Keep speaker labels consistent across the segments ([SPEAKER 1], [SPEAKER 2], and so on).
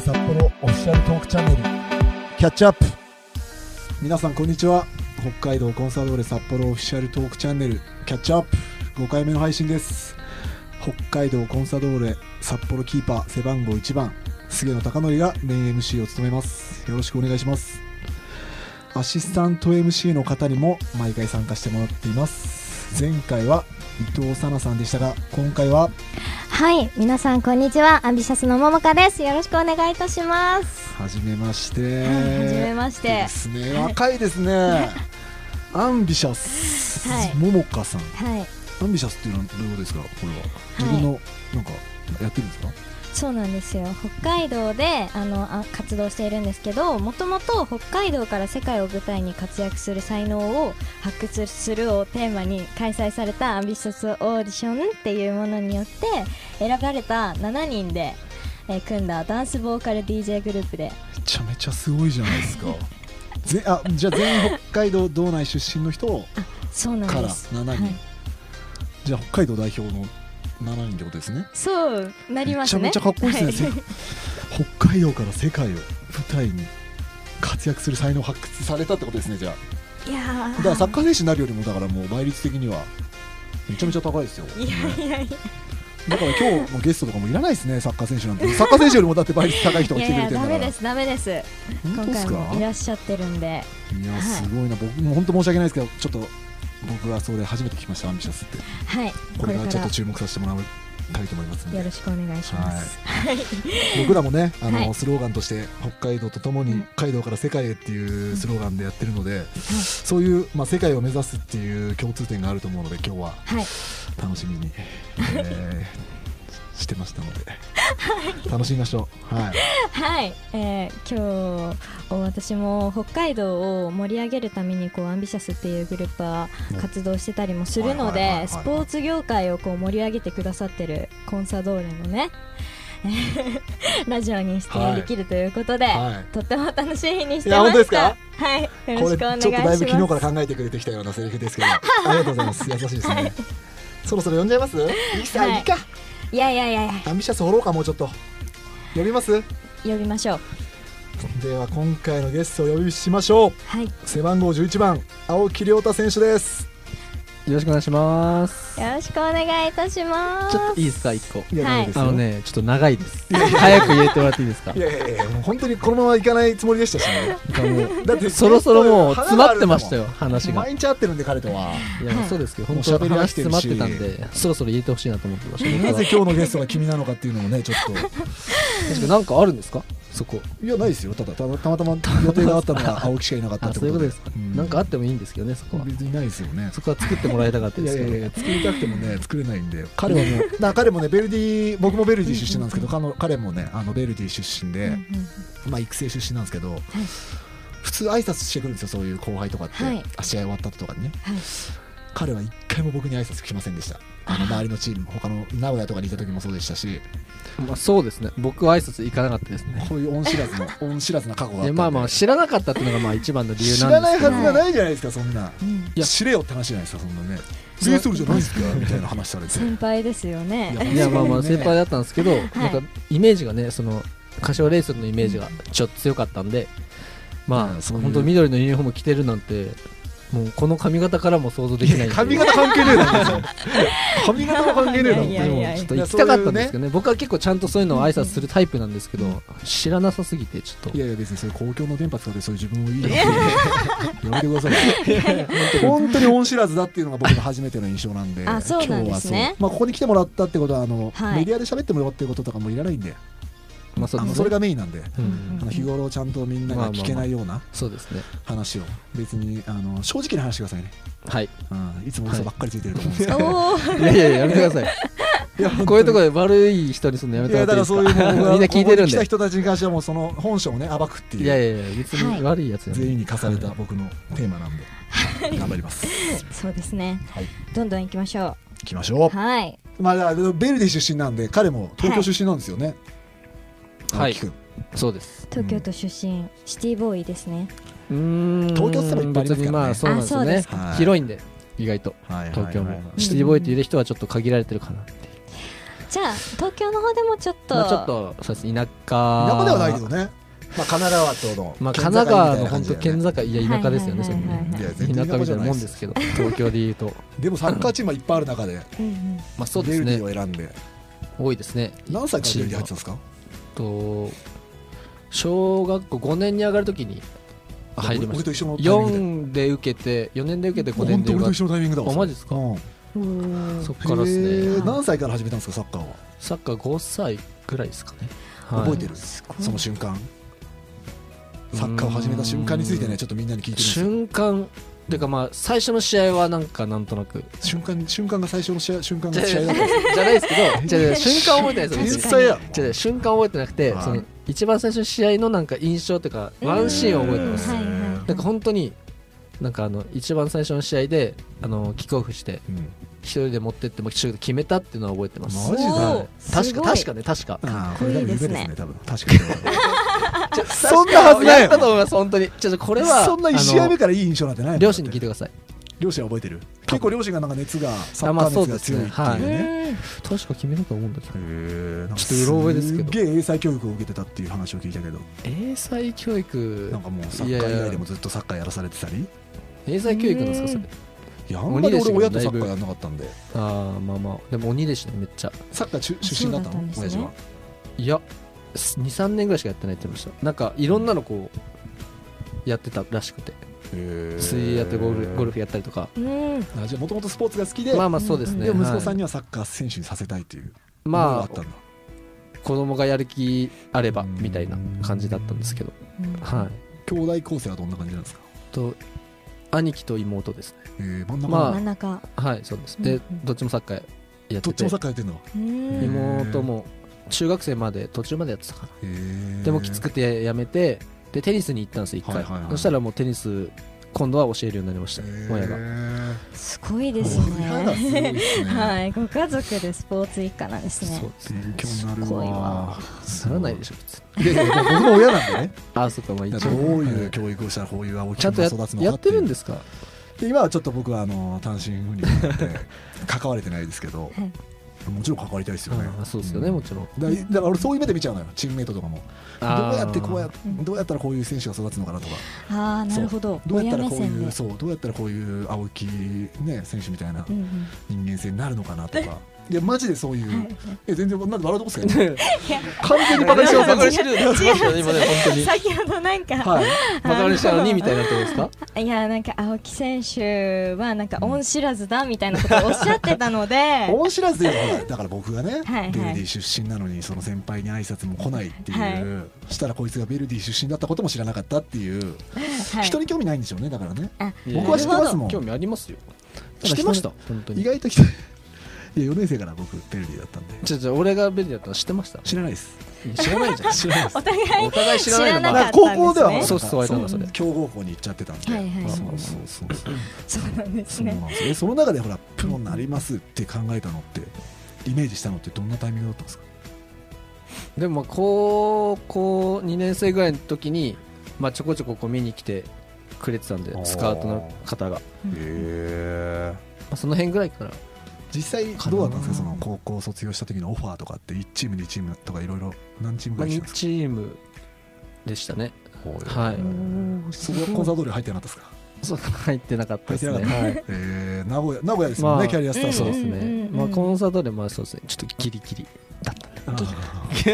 [SPEAKER 1] シャルトークチャンネル
[SPEAKER 2] キャッチアップ皆さんこんにちは北海道コンサドーレ札幌オフィシャルトークチャンネルキャッチアップ5回目の配信です北海道コンサドーレ札幌キーパー背番号1番菅野貴則がメイン MC を務めますよろしくお願いしますアシスタント MC の方にも毎回参加してもらっています前回は伊藤沙奈さんでしたが今回は
[SPEAKER 3] はい、皆さんこんにちは。アンビシャスのももかです。よろしくお願いいたします。
[SPEAKER 2] 初めまして
[SPEAKER 3] はい、はじめまし
[SPEAKER 2] で
[SPEAKER 3] て。
[SPEAKER 2] すね若いです ねアンビシャス、
[SPEAKER 3] はい
[SPEAKER 2] ももかさん
[SPEAKER 3] はい、はい、
[SPEAKER 2] アンビシャスっていうのはどういうことですかこれは、自分のなんかやってるんですか
[SPEAKER 3] そうなんですよ。北海道であのあ活動しているんですけど、もともと北海道から世界を舞台に活躍する才能を発掘するをテーマに開催されたアンビシャスオーディションっていうものによって選ばれた7人で、えー組んだダンスボーカル DJ グループで、
[SPEAKER 2] めちゃめちゃすごいじゃないですかぜあじゃあ全員北海道道内出身の人
[SPEAKER 3] そうな
[SPEAKER 2] か
[SPEAKER 3] ん
[SPEAKER 2] ら
[SPEAKER 3] です。
[SPEAKER 2] 7人、
[SPEAKER 3] はい
[SPEAKER 2] じゃあ北海道代表の7人ってことですね
[SPEAKER 3] そうなりますね。
[SPEAKER 2] めちゃめちゃかっこいいですね、
[SPEAKER 3] は
[SPEAKER 2] せ北海道から世界を舞台に活躍する才能を発掘されたってことですねじゃあ
[SPEAKER 3] い、いやー
[SPEAKER 2] だからサッカー選手になるよりもだからもう倍率的にはめちゃめちゃ高いですよ
[SPEAKER 3] いやいや いや。
[SPEAKER 2] だから今日のゲストとかもいらないですねサッカー選手なんて サッカー選手よりもだって倍率高い人
[SPEAKER 3] い
[SPEAKER 2] が来て
[SPEAKER 3] やい
[SPEAKER 2] くれ
[SPEAKER 3] や
[SPEAKER 2] てるん
[SPEAKER 3] ダ
[SPEAKER 2] だから
[SPEAKER 3] メですダメです
[SPEAKER 2] 本
[SPEAKER 3] 今
[SPEAKER 2] 当です
[SPEAKER 3] 回
[SPEAKER 2] か
[SPEAKER 3] もいらっしゃってるんで
[SPEAKER 2] いや
[SPEAKER 3] い
[SPEAKER 2] すごいな僕もう本当申し訳ないですけどちょっと僕はそれ初めて聞きましたアンビシャスって
[SPEAKER 3] はい
[SPEAKER 2] こ
[SPEAKER 3] こ
[SPEAKER 2] れ
[SPEAKER 3] れ
[SPEAKER 2] か
[SPEAKER 3] からら
[SPEAKER 2] ちょっと
[SPEAKER 3] よ
[SPEAKER 2] 注目させてもらいたいと思いますんで
[SPEAKER 3] ろしくお願いします
[SPEAKER 2] 僕らもねあの、
[SPEAKER 3] はい
[SPEAKER 2] スローガンとして北海道とともに北海道から世界へっていうスローガンでやってるので、そういう、まあ、世界を目指すっていう共通点があると思うので今日は
[SPEAKER 3] はい
[SPEAKER 2] 楽しみに、えーしてましたので、楽しみましょうはい
[SPEAKER 3] はい、えー、今日私も北海道を盛り上げるためにこうアンビシャスっていうグループは活動してたりもするの
[SPEAKER 2] はいはいはいはい
[SPEAKER 3] でスポーツ業界をこう盛り上げてくださってるコンサドーレのねえーラジオに出演できるということで、
[SPEAKER 2] はい
[SPEAKER 3] とっても楽しみにして
[SPEAKER 2] いや本
[SPEAKER 3] ま
[SPEAKER 2] 当で
[SPEAKER 3] し
[SPEAKER 2] すか
[SPEAKER 3] たはいよろ
[SPEAKER 2] こ
[SPEAKER 3] し
[SPEAKER 2] れち
[SPEAKER 3] くお
[SPEAKER 2] ょ
[SPEAKER 3] 願
[SPEAKER 2] っ
[SPEAKER 3] い
[SPEAKER 2] と
[SPEAKER 3] し
[SPEAKER 2] だ
[SPEAKER 3] ま
[SPEAKER 2] いぶ昨日
[SPEAKER 3] す
[SPEAKER 2] から考えてくれてきたようなセリフですけどありがとうございます優しいですね、そろそろ呼んじゃいますいきさん、
[SPEAKER 3] はい
[SPEAKER 2] いいか
[SPEAKER 3] いやいやいやいや
[SPEAKER 2] アンビシャス掘ろうかもうちょっと呼びます
[SPEAKER 3] 呼びましょう
[SPEAKER 2] では今回のゲストをお呼びしましょう
[SPEAKER 3] はい
[SPEAKER 2] 背番号11番青木亮太選手です
[SPEAKER 4] よろしくお願いします。
[SPEAKER 3] よろしくお願いいたします。
[SPEAKER 4] ちょっといいですか、一個。
[SPEAKER 2] いや
[SPEAKER 3] はい
[SPEAKER 2] ないです
[SPEAKER 4] あ
[SPEAKER 2] よ
[SPEAKER 4] のね、ちょっと長いです。早く入れてもらっていいですか
[SPEAKER 2] い。やいやいやもう本当にこのままいかないつもりでしたしね
[SPEAKER 4] なんかも
[SPEAKER 2] だって
[SPEAKER 4] う、そろそろもう詰まってました
[SPEAKER 2] よ
[SPEAKER 4] よ、話が。
[SPEAKER 2] 毎
[SPEAKER 4] い
[SPEAKER 2] 日会ってるんで彼とは
[SPEAKER 4] や、もうそうですけど、
[SPEAKER 2] もう
[SPEAKER 4] 本
[SPEAKER 2] 喋
[SPEAKER 4] 当
[SPEAKER 2] り飽き
[SPEAKER 4] 話
[SPEAKER 2] て
[SPEAKER 4] 詰
[SPEAKER 2] るし
[SPEAKER 4] まってたんで、そろそろ入れてほしいなと思ってまし た
[SPEAKER 2] な
[SPEAKER 4] 僕は。
[SPEAKER 2] ぜ今日のゲストが君なのかっていうのもねちょっと
[SPEAKER 4] 確かなんかあるんですかそこ。
[SPEAKER 2] いやないですよただただたまたま予定があったのが青木しかいなかったっ
[SPEAKER 4] あ、
[SPEAKER 2] て
[SPEAKER 4] そう
[SPEAKER 2] こ
[SPEAKER 4] い
[SPEAKER 2] と
[SPEAKER 4] うこと
[SPEAKER 2] で
[SPEAKER 4] ですか。なんかあってもいいんですけどね、そこは。
[SPEAKER 2] 別にないですよね
[SPEAKER 4] そこは作ってもらいたかった
[SPEAKER 2] い
[SPEAKER 4] で
[SPEAKER 2] や
[SPEAKER 4] すけ
[SPEAKER 2] いやい
[SPEAKER 4] ど。
[SPEAKER 2] や作りたくてもね作れないんで彼はもうな 彼もねベルディ僕もベルディ出身なんですけど彼の彼もねあのベルディ出身で、まあ、育成出身なんですけど、普通挨拶してくるんですよそういう後輩とかって、
[SPEAKER 3] はい
[SPEAKER 2] あ試合終わった後とかにね
[SPEAKER 3] はい
[SPEAKER 2] 彼は一回も僕に挨拶来ませんでしたあの周りのチーム他の名古屋とかにいた時もそうでしたし
[SPEAKER 4] まあ、そうですね。僕は挨拶行かなかったですね。
[SPEAKER 2] こういう恩知らずの恩知らずな過去があっ
[SPEAKER 4] い
[SPEAKER 2] た
[SPEAKER 4] や
[SPEAKER 2] んで
[SPEAKER 4] まあまあ、知らなかったっていうのがまあ一番の理由
[SPEAKER 2] 知
[SPEAKER 4] な
[SPEAKER 2] ら
[SPEAKER 4] んで
[SPEAKER 2] な
[SPEAKER 4] す
[SPEAKER 2] い
[SPEAKER 4] けど
[SPEAKER 2] はずがないじゃないですかそんない
[SPEAKER 4] や
[SPEAKER 2] 知れよって話じゃないですかそんなね
[SPEAKER 4] そう
[SPEAKER 2] ルーソルじゃないですかみたいな話され て
[SPEAKER 3] 先輩ですよね。
[SPEAKER 2] いや
[SPEAKER 4] いやまあまあ
[SPEAKER 2] そう ね
[SPEAKER 4] 先輩だったんですけど、なんかイメージがねその柏レイソルのイメージがちょっと強かったんで、ま
[SPEAKER 2] うん
[SPEAKER 4] あ
[SPEAKER 2] そういう
[SPEAKER 4] 本当緑のユニフォーム着てるなんてもうこの髪型からも想像できないんで
[SPEAKER 2] 髪型関係ねえだろ別に髪型も関係ねえだろ
[SPEAKER 3] い
[SPEAKER 4] で
[SPEAKER 3] やい
[SPEAKER 4] も
[SPEAKER 3] やいや
[SPEAKER 4] ちょっと行きたかったんですけどね僕は結構ちゃんとそういうのを挨拶するタイプなんですけど知らなさすぎてちょっ
[SPEAKER 2] い
[SPEAKER 4] と
[SPEAKER 2] やいや別にそういう公共の電波使ってそういう自分をいいよってやめてください本当に恩知らずだっていうのが僕の初めての印象なんで
[SPEAKER 3] あそうな
[SPEAKER 2] 今
[SPEAKER 3] んですね
[SPEAKER 2] 日はそうまあ、ここに来てもらったってことはあの、
[SPEAKER 3] はい
[SPEAKER 2] メディアで喋ってもらうっていうこととかもいらないんで
[SPEAKER 4] まあそ
[SPEAKER 2] あ
[SPEAKER 4] うで
[SPEAKER 2] の
[SPEAKER 4] す
[SPEAKER 2] それ
[SPEAKER 4] ね
[SPEAKER 2] がメインなんで、
[SPEAKER 4] うん
[SPEAKER 3] うん
[SPEAKER 2] あの日頃ちゃんとみんなが聞けないような
[SPEAKER 4] そうですね
[SPEAKER 2] 話を別にあの正直に話してくださいね、
[SPEAKER 4] はい
[SPEAKER 2] うん、いつも嘘ばっかりついてると思うんですけど、
[SPEAKER 3] おー
[SPEAKER 4] いやいやいややめてください
[SPEAKER 2] いや本当に
[SPEAKER 4] こういうところで悪い人にするのやめ
[SPEAKER 2] い
[SPEAKER 4] ても
[SPEAKER 2] やだからら
[SPEAKER 4] って
[SPEAKER 2] そ
[SPEAKER 4] いうい
[SPEAKER 2] い
[SPEAKER 4] で
[SPEAKER 2] う
[SPEAKER 4] すか みんな聞いてるん
[SPEAKER 2] ここに来た
[SPEAKER 4] で
[SPEAKER 2] 人たちに関してはもうその本性をね暴くっていう
[SPEAKER 4] いやいやいや別に悪いやつじゃない
[SPEAKER 2] 全員に課された僕のテーマなんで頑張ります
[SPEAKER 3] そうですね。
[SPEAKER 2] はい
[SPEAKER 3] どんどん行きましょ
[SPEAKER 2] 行きましょ
[SPEAKER 3] う。はい。
[SPEAKER 2] うまあだからベルディ出身なんで彼も東京出身なんですよね
[SPEAKER 4] はい
[SPEAKER 2] 青木君
[SPEAKER 4] そうです
[SPEAKER 3] 東京都出身、シティボーイですね。
[SPEAKER 4] うーん
[SPEAKER 2] 東京ってもいっぱいありますからね
[SPEAKER 4] 別にまあそうなんですよ
[SPEAKER 3] あそうで
[SPEAKER 4] ね
[SPEAKER 3] す
[SPEAKER 2] か
[SPEAKER 4] 広いんで意外と
[SPEAKER 2] はい
[SPEAKER 4] 東京
[SPEAKER 2] はい
[SPEAKER 4] も
[SPEAKER 2] はいはい
[SPEAKER 4] シティボーイっていう人はちょっと限られてるかなっていう
[SPEAKER 3] じゃあ東京の方でもちょっと、
[SPEAKER 4] まあちょっとそうですね田舎
[SPEAKER 2] 田舎ではないけどね
[SPEAKER 1] まあ、神奈川との、
[SPEAKER 4] まあ、神奈川の
[SPEAKER 1] 県
[SPEAKER 4] 本
[SPEAKER 1] 境みた
[SPEAKER 4] 当
[SPEAKER 1] い
[SPEAKER 4] 県
[SPEAKER 1] な
[SPEAKER 4] 境、いや、田舎ですよね、
[SPEAKER 3] は
[SPEAKER 4] そ
[SPEAKER 3] い
[SPEAKER 4] こ
[SPEAKER 3] はいはい
[SPEAKER 4] ね。
[SPEAKER 3] はい
[SPEAKER 1] や
[SPEAKER 4] 田
[SPEAKER 1] 全
[SPEAKER 4] 舎み
[SPEAKER 1] 然田舎
[SPEAKER 4] た
[SPEAKER 1] じゃ
[SPEAKER 4] いな
[SPEAKER 1] ない
[SPEAKER 4] も
[SPEAKER 1] で
[SPEAKER 4] んですすけど、東京で言うと。
[SPEAKER 2] でもサッカーチームはいっぱいある中で
[SPEAKER 3] うんうん
[SPEAKER 4] まあ、そう
[SPEAKER 2] ベ
[SPEAKER 4] です
[SPEAKER 2] ルディ
[SPEAKER 4] ね。
[SPEAKER 2] を選んで
[SPEAKER 4] 多いですね。
[SPEAKER 2] 何歳から
[SPEAKER 4] チ
[SPEAKER 2] ベ
[SPEAKER 4] ー
[SPEAKER 2] ル
[SPEAKER 4] ム
[SPEAKER 2] ディ入っ
[SPEAKER 4] は
[SPEAKER 2] てたんですか
[SPEAKER 4] と小学校5年に上がるときに入りま
[SPEAKER 2] 俺
[SPEAKER 4] した
[SPEAKER 2] と一緒のタイミングで
[SPEAKER 4] 4で受けて4年で受けて5
[SPEAKER 2] 本
[SPEAKER 4] 年
[SPEAKER 2] 当
[SPEAKER 4] で
[SPEAKER 2] 俺と
[SPEAKER 4] 受かっ
[SPEAKER 2] 一緒のタイミングだわ
[SPEAKER 4] あマジですか
[SPEAKER 2] うん
[SPEAKER 3] うん
[SPEAKER 4] そっからです
[SPEAKER 2] へ
[SPEAKER 4] ね
[SPEAKER 2] ー何歳から始めたんですかサッカーは
[SPEAKER 4] サッカー5歳ぐらいですかね、はい
[SPEAKER 2] 覚えてる
[SPEAKER 3] すごい
[SPEAKER 2] その瞬間サッカーを始めた瞬間についてねちょっとみんなに聞いてるんですよ
[SPEAKER 4] 瞬間てかまあ最初の試合はなんかなんとなく
[SPEAKER 2] 瞬間瞬間が最初の試合瞬間
[SPEAKER 4] じ
[SPEAKER 2] が
[SPEAKER 4] ゃ
[SPEAKER 2] 試合だったんですよ
[SPEAKER 4] じゃないです けどじゃあじゃあ瞬間覚えてないで
[SPEAKER 2] 天
[SPEAKER 4] すよ別に
[SPEAKER 2] 才や
[SPEAKER 4] じゃあじゃあ瞬間覚えてなくて
[SPEAKER 1] はい
[SPEAKER 4] その一番最初の試合のなんか印象というかワンシーンを覚えてます
[SPEAKER 3] うんはいはいはい
[SPEAKER 4] なんか本当になんかあの一番最初の試合であのキックオフして
[SPEAKER 1] うん
[SPEAKER 4] 一人で持ってってもシュート決めたっていうのは覚えてます
[SPEAKER 2] マジで
[SPEAKER 4] はい
[SPEAKER 3] す
[SPEAKER 4] 確
[SPEAKER 3] ご
[SPEAKER 4] か
[SPEAKER 3] い
[SPEAKER 4] 確かね確か
[SPEAKER 2] あー
[SPEAKER 3] こいいですね
[SPEAKER 2] これ多分夢です ね多分確かに
[SPEAKER 4] そ
[SPEAKER 2] んなはずないよ
[SPEAKER 4] やったと思います本当にちょっとこれは
[SPEAKER 2] そんな1試合目
[SPEAKER 4] あ
[SPEAKER 2] からいい印象なんてないもん
[SPEAKER 4] の両親に聞いて
[SPEAKER 2] だ
[SPEAKER 4] ください
[SPEAKER 2] って両親は覚えてる結構両親がなんか熱がサ
[SPEAKER 4] あ
[SPEAKER 2] ッ
[SPEAKER 4] ま
[SPEAKER 2] カ
[SPEAKER 4] あ
[SPEAKER 2] ー熱が強いって
[SPEAKER 4] そう
[SPEAKER 2] いう
[SPEAKER 4] です
[SPEAKER 2] ね
[SPEAKER 3] うん
[SPEAKER 4] 確か決めたと思うんだけど
[SPEAKER 2] へー
[SPEAKER 4] ちょっとうろ覚えですけど
[SPEAKER 2] すっげえ英才教育を受けてたっていう話を聞いたけど
[SPEAKER 4] 英才教育
[SPEAKER 2] なんかもうサッカー以外でもずっとサッカーやらされてたり
[SPEAKER 4] 英才教育なんですかそれ
[SPEAKER 2] いやあんまり
[SPEAKER 4] 鬼でした
[SPEAKER 2] 俺
[SPEAKER 4] け
[SPEAKER 2] 親
[SPEAKER 4] ど
[SPEAKER 2] とサッ
[SPEAKER 4] だい
[SPEAKER 2] カー
[SPEAKER 4] ぶ
[SPEAKER 2] やんなかったんで
[SPEAKER 4] ああまあまあでも鬼でしたねめっちゃ
[SPEAKER 2] サッカー中出身だったの
[SPEAKER 3] そ
[SPEAKER 2] 親父
[SPEAKER 3] うだったんですね
[SPEAKER 2] はい
[SPEAKER 4] や23年ぐらいしかやってないって言いましたなんかいろんなのこうやってたらしくて水泳やってゴルフゴルフやったりとか
[SPEAKER 3] うん
[SPEAKER 2] あじゃあもともとスポーツが好きで
[SPEAKER 4] まあまあそうですね
[SPEAKER 2] でも息子
[SPEAKER 4] は
[SPEAKER 2] さん
[SPEAKER 4] い
[SPEAKER 2] にはサッカー選手にさせたいっていう思いがあ
[SPEAKER 4] ま
[SPEAKER 2] った
[SPEAKER 4] あ
[SPEAKER 2] んだ
[SPEAKER 4] 子供がやる気あればみたいな感じだったんですけどはい
[SPEAKER 2] 兄弟構成はどんな感じなんですか
[SPEAKER 4] と兄貴と妹ですね
[SPEAKER 2] えー真ん中
[SPEAKER 4] まあ
[SPEAKER 3] 真ん中
[SPEAKER 4] はいそうです
[SPEAKER 3] う
[SPEAKER 4] で
[SPEAKER 3] んうん
[SPEAKER 4] どっちもサッカーやっ
[SPEAKER 2] ど
[SPEAKER 4] て
[SPEAKER 2] っち
[SPEAKER 4] て
[SPEAKER 2] もサッカーやってんの
[SPEAKER 3] うん
[SPEAKER 4] 妹も中学生まで途中までやってたか
[SPEAKER 2] へー
[SPEAKER 4] なでもきつくてやめてでテニスに行ったんですよ一
[SPEAKER 2] は
[SPEAKER 4] 回
[SPEAKER 2] いはいはい
[SPEAKER 4] そしたらもうテニス今度は教えるようになりました
[SPEAKER 2] へー
[SPEAKER 4] 親が
[SPEAKER 3] すごいですね
[SPEAKER 2] 親がすごいですね
[SPEAKER 3] はいご家族でスポーツ一家なんですね
[SPEAKER 4] そうですね
[SPEAKER 2] 勉強にな
[SPEAKER 3] す
[SPEAKER 2] る
[SPEAKER 3] ごい
[SPEAKER 2] わ
[SPEAKER 3] わ
[SPEAKER 4] ならないでしょ普通
[SPEAKER 2] いやいやもう僕も親なんでね
[SPEAKER 4] あそうかまあ
[SPEAKER 2] だ
[SPEAKER 4] 一
[SPEAKER 2] からどう
[SPEAKER 4] 応
[SPEAKER 2] いう教育をしたらこういう青木
[SPEAKER 4] ちゃんと
[SPEAKER 2] が
[SPEAKER 4] や
[SPEAKER 2] 育つのか
[SPEAKER 4] やってるん
[SPEAKER 2] す
[SPEAKER 4] ですか
[SPEAKER 2] で今はちょっと僕はあの単身赴任なので関われてないですけど
[SPEAKER 3] はい
[SPEAKER 2] もちろん関わりたいですよね
[SPEAKER 4] あそうですよねもちろん
[SPEAKER 2] だだから俺そういう目で見ちゃうのよチームメイトとかもどう
[SPEAKER 4] あー
[SPEAKER 2] やってこうや
[SPEAKER 3] うん
[SPEAKER 2] どうやったらこういう選手が育つのかなとか
[SPEAKER 3] ああなるほど
[SPEAKER 2] どうやったらこう
[SPEAKER 3] 親目
[SPEAKER 2] い
[SPEAKER 3] 線で
[SPEAKER 2] うそうどうやったらこういう青木ね選手みたいな
[SPEAKER 3] うんうん
[SPEAKER 2] 人間性になるのかなとかいやマジでそうい
[SPEAKER 3] は
[SPEAKER 2] う
[SPEAKER 3] い
[SPEAKER 2] え全然なんで笑うとこっすか
[SPEAKER 4] い
[SPEAKER 2] ね
[SPEAKER 4] や
[SPEAKER 2] 完全にバカにし
[SPEAKER 4] 違
[SPEAKER 2] て
[SPEAKER 4] う
[SPEAKER 2] ま
[SPEAKER 4] バカにし
[SPEAKER 2] す
[SPEAKER 4] てる違う違う今ね本当に
[SPEAKER 3] 先ほどなんか、
[SPEAKER 2] はい
[SPEAKER 4] バカにしたのにみたいなとこですか
[SPEAKER 3] い、やなんか青木選手はなんか恩知らずだみたいなことをおっしゃってたので
[SPEAKER 2] 恩知らずで言うのはほらだから僕がね
[SPEAKER 3] はい
[SPEAKER 2] ベルディ出身なのにその先輩に挨拶も来ないっていう、
[SPEAKER 3] は
[SPEAKER 2] したらこいつがベルディ出身だったことも知らなかったっていう、
[SPEAKER 3] はい
[SPEAKER 2] 人に興味ないんでしょうねだからね
[SPEAKER 3] あ
[SPEAKER 2] 僕は知ってますもん
[SPEAKER 4] 興味ありますよ
[SPEAKER 2] 知っ
[SPEAKER 4] 知ってて
[SPEAKER 2] ま
[SPEAKER 4] ま
[SPEAKER 2] し
[SPEAKER 4] したた本当
[SPEAKER 2] 意
[SPEAKER 4] に
[SPEAKER 2] 外と人 いや4年生から僕ベルディだったんで
[SPEAKER 4] じゃじゃ俺がベルディだったの知ってました
[SPEAKER 2] 知らないです
[SPEAKER 4] 知らないじゃ ん
[SPEAKER 2] 知らないです
[SPEAKER 3] お互い
[SPEAKER 4] お互い知らないの
[SPEAKER 3] 知ら
[SPEAKER 4] ま
[SPEAKER 3] なかったん
[SPEAKER 4] あ
[SPEAKER 3] ですね
[SPEAKER 2] 高校ではほら
[SPEAKER 4] そうそう
[SPEAKER 2] なんか
[SPEAKER 4] そうなんだそれ
[SPEAKER 2] 強豪校に行っちゃってたんで、
[SPEAKER 3] はいはい
[SPEAKER 2] そうそうそうそう
[SPEAKER 3] そうなんです
[SPEAKER 2] そうな
[SPEAKER 3] ね
[SPEAKER 2] んですよえその中でほらプロになりますって考えたのってイメージしたのってどんなタイミングだったんですか
[SPEAKER 4] でもまあ高校2年生ぐらいの時に、まあ、ちょこちょここう見に来てくれてたんで
[SPEAKER 2] あー
[SPEAKER 4] スカートの方が、ま
[SPEAKER 2] へえ
[SPEAKER 4] あ、その辺ぐらいから
[SPEAKER 2] 実際どうだったんですかその高校卒業した時のオファーとかって1チーム2チームとかいろいろ何チームぐ
[SPEAKER 4] まあ
[SPEAKER 2] らい来たんで
[SPEAKER 4] 2
[SPEAKER 2] すか
[SPEAKER 4] チームでしたね
[SPEAKER 2] は
[SPEAKER 4] はいい
[SPEAKER 2] そこはコンサート料入ってなかったですか
[SPEAKER 4] そう入ってなかった
[SPEAKER 2] 入ってなか
[SPEAKER 4] です
[SPEAKER 2] った
[SPEAKER 4] ね
[SPEAKER 2] はいえー名古屋名古屋ですもんね、
[SPEAKER 4] まあ
[SPEAKER 2] キャリアスター
[SPEAKER 3] た
[SPEAKER 2] ト
[SPEAKER 4] そうですね、
[SPEAKER 3] うんうんうん
[SPEAKER 4] まあ、コンサートでまあそうですねちょっとギリギリだったね
[SPEAKER 2] あー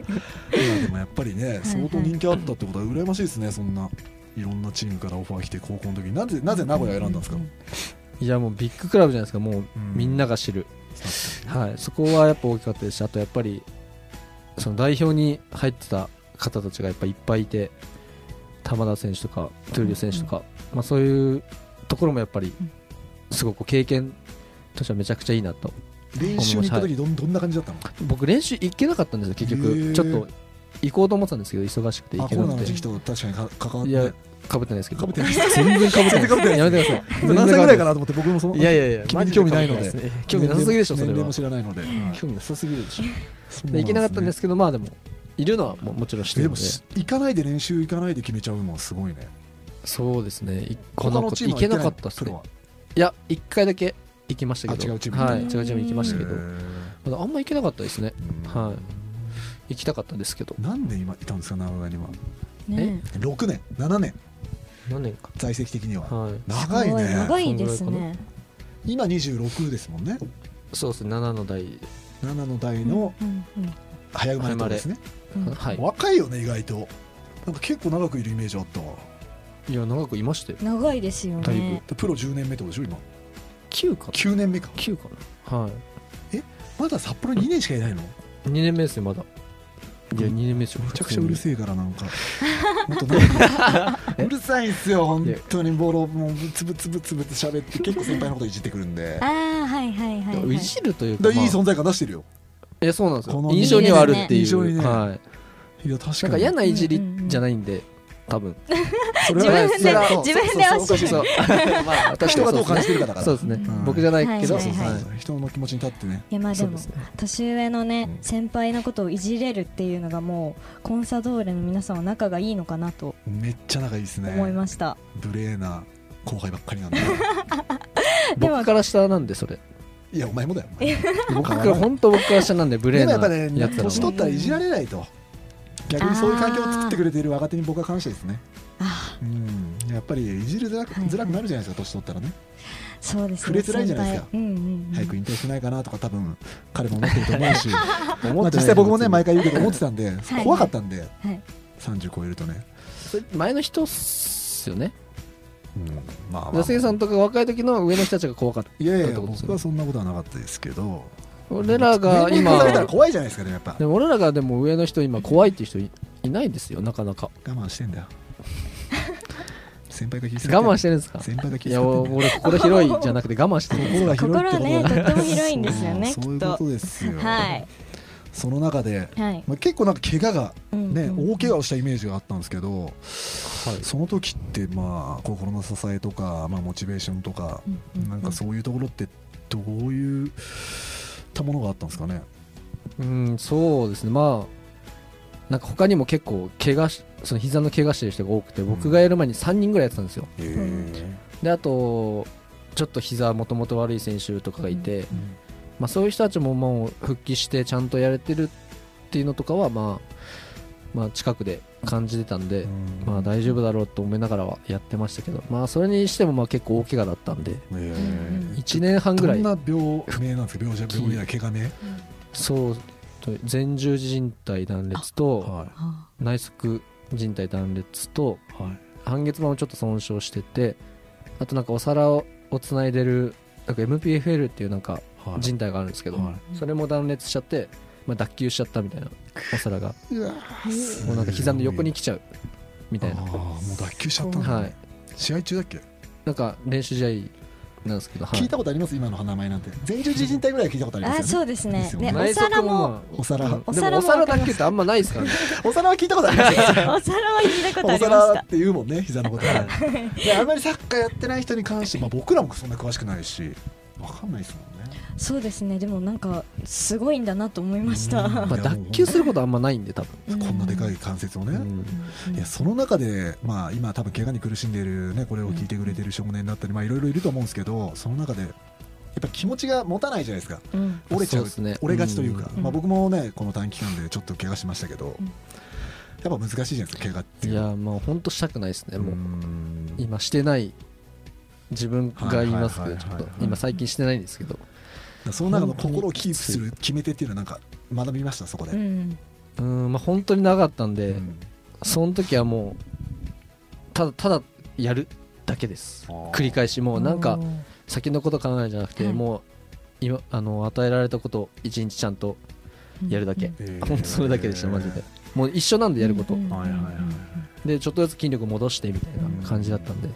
[SPEAKER 2] いやでもやっぱりね相当人気あったってことは羨ましいですねそんないろんなチームからオファー来て高校の時になぜなぜ名古屋選んだんですか、
[SPEAKER 4] いやもうビッグクラブじゃないですかもう
[SPEAKER 2] うん
[SPEAKER 4] みんなが知る、はい、そこはやっぱ大きかったですしあとやっぱりその代表に入ってた方たちがやっぱいっぱいいて玉田選手とか闘莉王選手とか、まあ、そういうところもやっぱり
[SPEAKER 3] うん
[SPEAKER 4] すごく経験としてはめちゃくちゃいいなと
[SPEAKER 2] 練習に行った時どんどんな感じだったの
[SPEAKER 4] 僕練習行けなかったんですよ結
[SPEAKER 2] へー
[SPEAKER 4] 局ちょっと行こうと思ってたんですけど忙しくて行
[SPEAKER 2] あ
[SPEAKER 4] け
[SPEAKER 2] コ
[SPEAKER 4] な
[SPEAKER 2] ロナの
[SPEAKER 4] く
[SPEAKER 2] 時期
[SPEAKER 4] て
[SPEAKER 2] と確かにか関わっ
[SPEAKER 4] い
[SPEAKER 2] て
[SPEAKER 4] やかぶってないですけ
[SPEAKER 2] か
[SPEAKER 4] ど
[SPEAKER 2] ぶってないです
[SPEAKER 4] 全然かぶって
[SPEAKER 2] 全然被ってな
[SPEAKER 4] ないいやめてください
[SPEAKER 2] 何歳ぐらいか
[SPEAKER 4] な
[SPEAKER 2] なと思って僕もその
[SPEAKER 4] いやいやいや
[SPEAKER 2] 君に興味ないの
[SPEAKER 4] マジ
[SPEAKER 2] で
[SPEAKER 4] かぶってないすね興味なさすぎでしょ
[SPEAKER 2] 年
[SPEAKER 4] それ
[SPEAKER 2] 齢
[SPEAKER 4] は
[SPEAKER 2] も知らないので、
[SPEAKER 4] 興味なさすぎるでしょ
[SPEAKER 2] そう
[SPEAKER 4] で行けなかったんですすけどまあでもいるのはもうもちろん知って
[SPEAKER 2] ねで
[SPEAKER 4] る
[SPEAKER 2] も
[SPEAKER 4] ので
[SPEAKER 2] し行かないで練習行かないで決めちゃうのはすごいね
[SPEAKER 4] そうですねいこ
[SPEAKER 2] 他
[SPEAKER 4] の
[SPEAKER 2] の
[SPEAKER 4] 子
[SPEAKER 2] チーム
[SPEAKER 4] 行
[SPEAKER 2] は
[SPEAKER 4] けな
[SPEAKER 2] ない
[SPEAKER 4] かったです
[SPEAKER 2] プロ
[SPEAKER 4] ね
[SPEAKER 2] はい
[SPEAKER 4] や1回だけ行きましたけど
[SPEAKER 2] あ違うチーム
[SPEAKER 4] はい違うチーム行きましたけ
[SPEAKER 2] へ
[SPEAKER 4] どまだあんま行けなかったですね
[SPEAKER 2] ー
[SPEAKER 4] は行きたかったですけど
[SPEAKER 2] 何年今いたんですか名古屋には
[SPEAKER 3] ね
[SPEAKER 2] 6年7年
[SPEAKER 4] 何年か
[SPEAKER 2] 在籍的には
[SPEAKER 4] はい
[SPEAKER 2] 長いね
[SPEAKER 3] すごい長いです
[SPEAKER 4] そんぐら
[SPEAKER 3] ね
[SPEAKER 2] 今26ですもんね
[SPEAKER 4] そうですね7の代、
[SPEAKER 2] 7の代の
[SPEAKER 3] うんうん
[SPEAKER 2] 早生まれとかですね、
[SPEAKER 3] うんうん
[SPEAKER 4] はい
[SPEAKER 2] 若いよね意外となんか結構長くいるイメージあったわ
[SPEAKER 4] いや長くいましたよ
[SPEAKER 3] 長いですよ
[SPEAKER 4] だいぶ
[SPEAKER 3] ね
[SPEAKER 2] プロ10年目ってことでしょ今
[SPEAKER 4] 9か
[SPEAKER 2] 9年目か
[SPEAKER 4] 9かなはい
[SPEAKER 2] まだ札幌に2年しかいないの
[SPEAKER 4] 2年目ですねまだいや2年目ですよ
[SPEAKER 2] めちゃくちゃうるせえからなんかもっと長くうるさいんすよ本当にボロもうつぶつぶつぶつ喋って結構先輩のこといじってくるんで
[SPEAKER 3] ああはいはいはいい
[SPEAKER 4] や
[SPEAKER 3] はい
[SPEAKER 4] いじるというか,、
[SPEAKER 2] だ
[SPEAKER 4] ま
[SPEAKER 2] いい
[SPEAKER 4] あ、
[SPEAKER 2] 存在感出してるよ
[SPEAKER 4] いやそうなんです
[SPEAKER 2] こ
[SPEAKER 4] よ
[SPEAKER 2] の
[SPEAKER 4] 印象にはあるって
[SPEAKER 2] 印
[SPEAKER 4] い
[SPEAKER 2] 象に
[SPEAKER 4] う、
[SPEAKER 2] ね
[SPEAKER 4] はい
[SPEAKER 2] いや確
[SPEAKER 4] なん
[SPEAKER 2] か
[SPEAKER 4] か
[SPEAKER 2] に
[SPEAKER 4] 嫌ないじりじゃないんで多分
[SPEAKER 2] そ
[SPEAKER 3] 自分
[SPEAKER 4] それ
[SPEAKER 3] で
[SPEAKER 4] は
[SPEAKER 3] 自分でおっしゃ
[SPEAKER 4] そ
[SPEAKER 3] る
[SPEAKER 4] うまあ私
[SPEAKER 2] 人
[SPEAKER 4] と
[SPEAKER 2] が
[SPEAKER 4] か
[SPEAKER 2] どう感
[SPEAKER 4] じ
[SPEAKER 2] じてるかだから
[SPEAKER 4] そうですね
[SPEAKER 2] うん
[SPEAKER 4] 僕じゃないけど
[SPEAKER 2] そ
[SPEAKER 3] は
[SPEAKER 2] う
[SPEAKER 4] は
[SPEAKER 2] そうそう
[SPEAKER 4] い
[SPEAKER 2] そう人の気持ちに立ってね
[SPEAKER 3] いやまあで
[SPEAKER 4] そう
[SPEAKER 3] も
[SPEAKER 4] ですね
[SPEAKER 3] 年上のね
[SPEAKER 2] うん
[SPEAKER 3] 先輩のことをいじれるっていうのがもうコンサドーレの皆さんは仲がいいのかなと
[SPEAKER 2] めっちゃ仲いいですね
[SPEAKER 3] 思いました
[SPEAKER 2] 無礼な後輩ばっかり なんで
[SPEAKER 3] でも
[SPEAKER 4] 僕から下なんでそれ
[SPEAKER 2] いやお前もだよ
[SPEAKER 4] 僕から本当僕から下なんでブレ
[SPEAKER 2] でも
[SPEAKER 4] ーな
[SPEAKER 2] やっぱ
[SPEAKER 4] やつ
[SPEAKER 2] ね
[SPEAKER 4] なの
[SPEAKER 2] 年取ったらいじられないと逆にそういう環境を作ってくれている若手に僕は感謝ですね
[SPEAKER 3] あ
[SPEAKER 2] うんやっぱりいじるづらく
[SPEAKER 3] はいはい
[SPEAKER 2] づらくなるじゃないですか年取ったらね
[SPEAKER 3] ーそうです
[SPEAKER 2] 触れづらいじゃないですか
[SPEAKER 3] 先輩うんうんうん
[SPEAKER 2] 早く引退しないかなとか多分彼も思ってると思うし
[SPEAKER 4] 思
[SPEAKER 2] まあ
[SPEAKER 4] ってない
[SPEAKER 2] 実際僕もね毎回言うけど思ってたんで
[SPEAKER 3] はい
[SPEAKER 2] 怖かったんで
[SPEAKER 3] はい
[SPEAKER 2] 30超えるとね
[SPEAKER 4] それ前の人っすよね
[SPEAKER 2] うんまあま
[SPEAKER 4] 安井さ
[SPEAKER 2] あ
[SPEAKER 4] んとか若い時の上の人たちが怖かった
[SPEAKER 2] いやいやい
[SPEAKER 4] だ
[SPEAKER 2] や
[SPEAKER 4] ってことですよ
[SPEAKER 2] 僕
[SPEAKER 4] ね
[SPEAKER 2] はそんなことはなかったですけど
[SPEAKER 4] 俺らが
[SPEAKER 2] 年
[SPEAKER 4] 今
[SPEAKER 2] 齢重ねたら怖いじゃないですかでもやっぱ
[SPEAKER 4] でも俺らがでも上の人今怖いっていう人いいないですよなかなか
[SPEAKER 2] 我慢してんだよ先輩が気遣ってんだよ
[SPEAKER 4] 我慢してるんですか
[SPEAKER 2] 先輩が気
[SPEAKER 4] い
[SPEAKER 2] 遣
[SPEAKER 4] や
[SPEAKER 2] ってんだよ
[SPEAKER 4] 俺心広いじゃなくて我慢してるんです
[SPEAKER 2] 心が広いっ
[SPEAKER 3] 心
[SPEAKER 2] て
[SPEAKER 3] は
[SPEAKER 2] こと
[SPEAKER 3] ね
[SPEAKER 2] だ
[SPEAKER 3] とっても広いんですよね
[SPEAKER 2] そう
[SPEAKER 3] き
[SPEAKER 2] そうい
[SPEAKER 3] っ
[SPEAKER 2] うこととですよ
[SPEAKER 3] はい
[SPEAKER 2] その中で、
[SPEAKER 3] はい
[SPEAKER 2] まあ、結構なんか怪我がね、
[SPEAKER 3] うんうん
[SPEAKER 2] 大怪我をしたイメージがあったんですけど
[SPEAKER 4] はい
[SPEAKER 2] その時ってまあ心の支えとか、まあ、モチベーションとか、
[SPEAKER 3] うんうんうん
[SPEAKER 2] なんかそういうところってどういったものがあったんですかね
[SPEAKER 4] うんそうですねまあなんか他にも結構怪我しその膝の怪我してる人が多くて僕がやる前に3人ぐらいやってたんですよ
[SPEAKER 2] へ
[SPEAKER 3] ー
[SPEAKER 4] であとちょっと膝もともと悪い選手とかがいて、
[SPEAKER 2] うん
[SPEAKER 4] まあ、そういう人たちももう復帰してちゃんとやれてるっていうのとかは、まあ、まあ近くで感じてたんで、まあ大丈夫だろうと思いながらはやってましたけど、まあ、それにしてもまあ結構大怪我だったんで
[SPEAKER 2] へー
[SPEAKER 3] うん
[SPEAKER 4] 1年半ぐ
[SPEAKER 2] ど
[SPEAKER 4] らい
[SPEAKER 2] んな病名なんですか病じゃ病名だ怪我名
[SPEAKER 4] そうと前十字靭帯断裂と
[SPEAKER 2] は
[SPEAKER 3] あ
[SPEAKER 4] 内側靭帯断裂と
[SPEAKER 2] いはい
[SPEAKER 4] 半月板をちょっと損傷しててあとなんかお皿をつないでるなんか MPFL っていうなんか
[SPEAKER 2] はい
[SPEAKER 4] 靭帯があるんですけど、
[SPEAKER 2] は
[SPEAKER 4] それも断裂しちゃって、まあ、脱臼しちゃったみたいなお皿が
[SPEAKER 2] い、うわ
[SPEAKER 4] もうなんか膝の横に来ちゃうみたい
[SPEAKER 2] あ
[SPEAKER 4] な
[SPEAKER 2] ーもう脱臼しちゃったんだ、ね
[SPEAKER 4] はい
[SPEAKER 2] 試合中だっけ、
[SPEAKER 4] なんか練習試合なんですけど、はい
[SPEAKER 2] 聞いたことあります今の名前なんて前十字靭帯ぐらいは聞いたことあり
[SPEAKER 3] ー
[SPEAKER 2] ま
[SPEAKER 3] あ
[SPEAKER 2] す
[SPEAKER 3] そ
[SPEAKER 2] よ
[SPEAKER 3] うですね
[SPEAKER 2] ですよね
[SPEAKER 3] でお
[SPEAKER 4] 内側
[SPEAKER 3] 皿も
[SPEAKER 4] まあ
[SPEAKER 2] お皿
[SPEAKER 4] うん
[SPEAKER 3] お
[SPEAKER 4] で
[SPEAKER 3] 皿
[SPEAKER 4] も
[SPEAKER 3] も
[SPEAKER 4] お皿だけってあんまな いですからね
[SPEAKER 2] お皿は聞いたことありますよ
[SPEAKER 3] お皿をいじったことあ
[SPEAKER 2] お
[SPEAKER 3] りまし
[SPEAKER 2] 皿
[SPEAKER 3] た
[SPEAKER 2] って言うもんね膝のことは であんまりサッカーやってない人に関して、まあ、僕らもそんな詳しくないしわかんないですもんね
[SPEAKER 3] そうですねでもなんかすごいんだなと思いまし
[SPEAKER 2] うん
[SPEAKER 3] た
[SPEAKER 4] まあ脱臼することはあんまないんで多分、
[SPEAKER 2] こんなでかい関節をね、
[SPEAKER 4] うん
[SPEAKER 2] いやその中で、まあ、今多分怪我に苦しんでいる、ね、これを聞いてくれてる少年だったりまあいろいろいると思うんですけどその中でやっぱ気持ちが持たないじゃないですか
[SPEAKER 3] うん
[SPEAKER 2] 折れちゃう
[SPEAKER 4] そうですね
[SPEAKER 2] 折れがちというか、
[SPEAKER 3] うん
[SPEAKER 2] まあ、僕もねこの短期間でちょっと怪我しましたけど、
[SPEAKER 3] うん
[SPEAKER 2] やっぱ難しいじゃないですか怪我ってい
[SPEAKER 4] いう
[SPEAKER 2] のは
[SPEAKER 4] やまあ本当したくないですねもう、
[SPEAKER 2] ん
[SPEAKER 4] 今してない自分がいますけ
[SPEAKER 2] はい
[SPEAKER 4] ど
[SPEAKER 2] はい
[SPEAKER 4] ち
[SPEAKER 2] はいは
[SPEAKER 4] ょっ
[SPEAKER 2] い
[SPEAKER 4] と今最近してないんですけど
[SPEAKER 2] その中の心をキープする決め手っていうのはなんか学びましたそこで、
[SPEAKER 3] う
[SPEAKER 2] うん
[SPEAKER 3] ん
[SPEAKER 4] うんまあ本当になかったんで、その時はもうただただやるだけです
[SPEAKER 2] あー
[SPEAKER 4] 繰り返しもうなんか先のこと考えるんじゃなくて、
[SPEAKER 3] はい
[SPEAKER 4] もう今あの与えられたことを一日ちゃんとやるだけ、
[SPEAKER 2] えー
[SPEAKER 4] 本当それだけでしたマジでもう一緒なんでやること、
[SPEAKER 3] うん
[SPEAKER 2] はいはいはい
[SPEAKER 4] でちょっとずつ筋力戻してみたいな感じだったんで、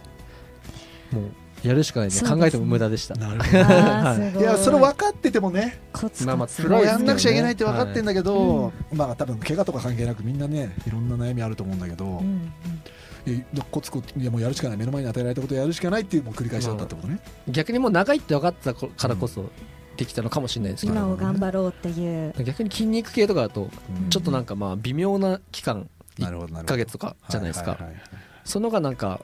[SPEAKER 4] もうやるしかないね
[SPEAKER 3] そうですね
[SPEAKER 4] 考えても無駄でした
[SPEAKER 2] なるほ
[SPEAKER 3] あーす
[SPEAKER 2] ど
[SPEAKER 3] ご
[SPEAKER 2] いやそれ分かっててもね
[SPEAKER 3] コツ
[SPEAKER 4] まあま
[SPEAKER 3] コ
[SPEAKER 4] あ
[SPEAKER 3] ツ
[SPEAKER 4] 辛
[SPEAKER 2] も
[SPEAKER 4] いで
[SPEAKER 2] う
[SPEAKER 4] す
[SPEAKER 2] や
[SPEAKER 4] けど
[SPEAKER 2] ん
[SPEAKER 4] ね
[SPEAKER 2] なくちゃいけないって分かってんだけど、まあ多分怪我とか関係なくみんなねいろんな悩みあると思うんだけど
[SPEAKER 3] うん、うん
[SPEAKER 2] いやコツコツいやもうやるしかない目の前に与えられたことをやるしかないっていうもう繰り返しだったってことね、
[SPEAKER 4] 逆にもう長いって分かってたからこそできたのかもしれないですけど、
[SPEAKER 3] 今を頑張ろうっていう
[SPEAKER 4] 逆に筋肉系とかだと
[SPEAKER 2] うん
[SPEAKER 4] ちょっとなんかまあ微妙な期間
[SPEAKER 2] なるほどなるほど
[SPEAKER 4] 1ヶ月とかじゃないですか、
[SPEAKER 2] はははは
[SPEAKER 4] そのがなんか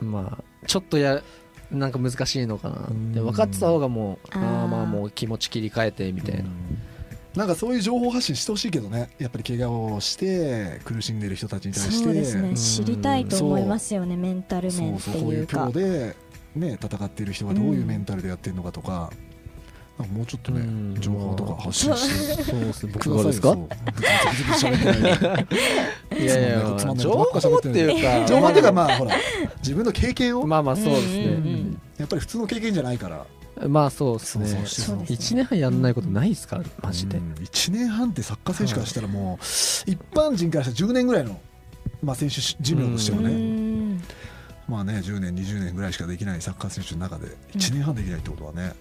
[SPEAKER 4] まあちょっとやなんか難しいのかなって
[SPEAKER 2] うん
[SPEAKER 4] 分かってた方がもう
[SPEAKER 3] あー
[SPEAKER 4] ああまあもう気持ち切り替えてみたいな
[SPEAKER 2] うんなんかそういう情報発信してほしいけどねやっぱり怪我をして苦しんでる人たちに対して
[SPEAKER 3] そうですね
[SPEAKER 4] ん
[SPEAKER 3] 知りたいと思いますよねメンタル
[SPEAKER 2] そ
[SPEAKER 3] 面
[SPEAKER 2] う
[SPEAKER 3] って
[SPEAKER 2] そうこうい
[SPEAKER 3] いうう
[SPEAKER 2] プ
[SPEAKER 3] か
[SPEAKER 2] ロで、ね、戦っている人がどういうメンタルでやってるのかとか,、なんかもうちょっとね、
[SPEAKER 4] うん
[SPEAKER 2] 情報とか発信して
[SPEAKER 4] そうですね
[SPEAKER 2] く
[SPEAKER 4] 僕
[SPEAKER 2] ださ
[SPEAKER 4] が
[SPEAKER 2] い
[SPEAKER 4] ですか
[SPEAKER 2] そうブツブツブツブツ喋ってないで
[SPEAKER 4] いやいやまあ
[SPEAKER 2] つまんない
[SPEAKER 4] 情
[SPEAKER 2] ことばっか
[SPEAKER 4] 報っていうか
[SPEAKER 2] 情報っていうかまあほら自分の経験を、
[SPEAKER 4] まあまあそうです
[SPEAKER 3] うんう
[SPEAKER 4] ね
[SPEAKER 3] ん
[SPEAKER 2] やっぱり普通の経験じゃないから
[SPEAKER 4] まあそうです
[SPEAKER 2] そう
[SPEAKER 4] ね
[SPEAKER 2] そう
[SPEAKER 3] そうですね
[SPEAKER 4] 一年半やんないことないですからねマジで
[SPEAKER 2] うん1年半ってサッカー選手からしたらもう、一般人からしたら10年ぐらいの、まあ、選手寿命としても
[SPEAKER 3] う
[SPEAKER 2] ね、
[SPEAKER 3] ん
[SPEAKER 2] まあね10年20年ぐらいしかできないサッカー選手の中で1年半できないってことはね、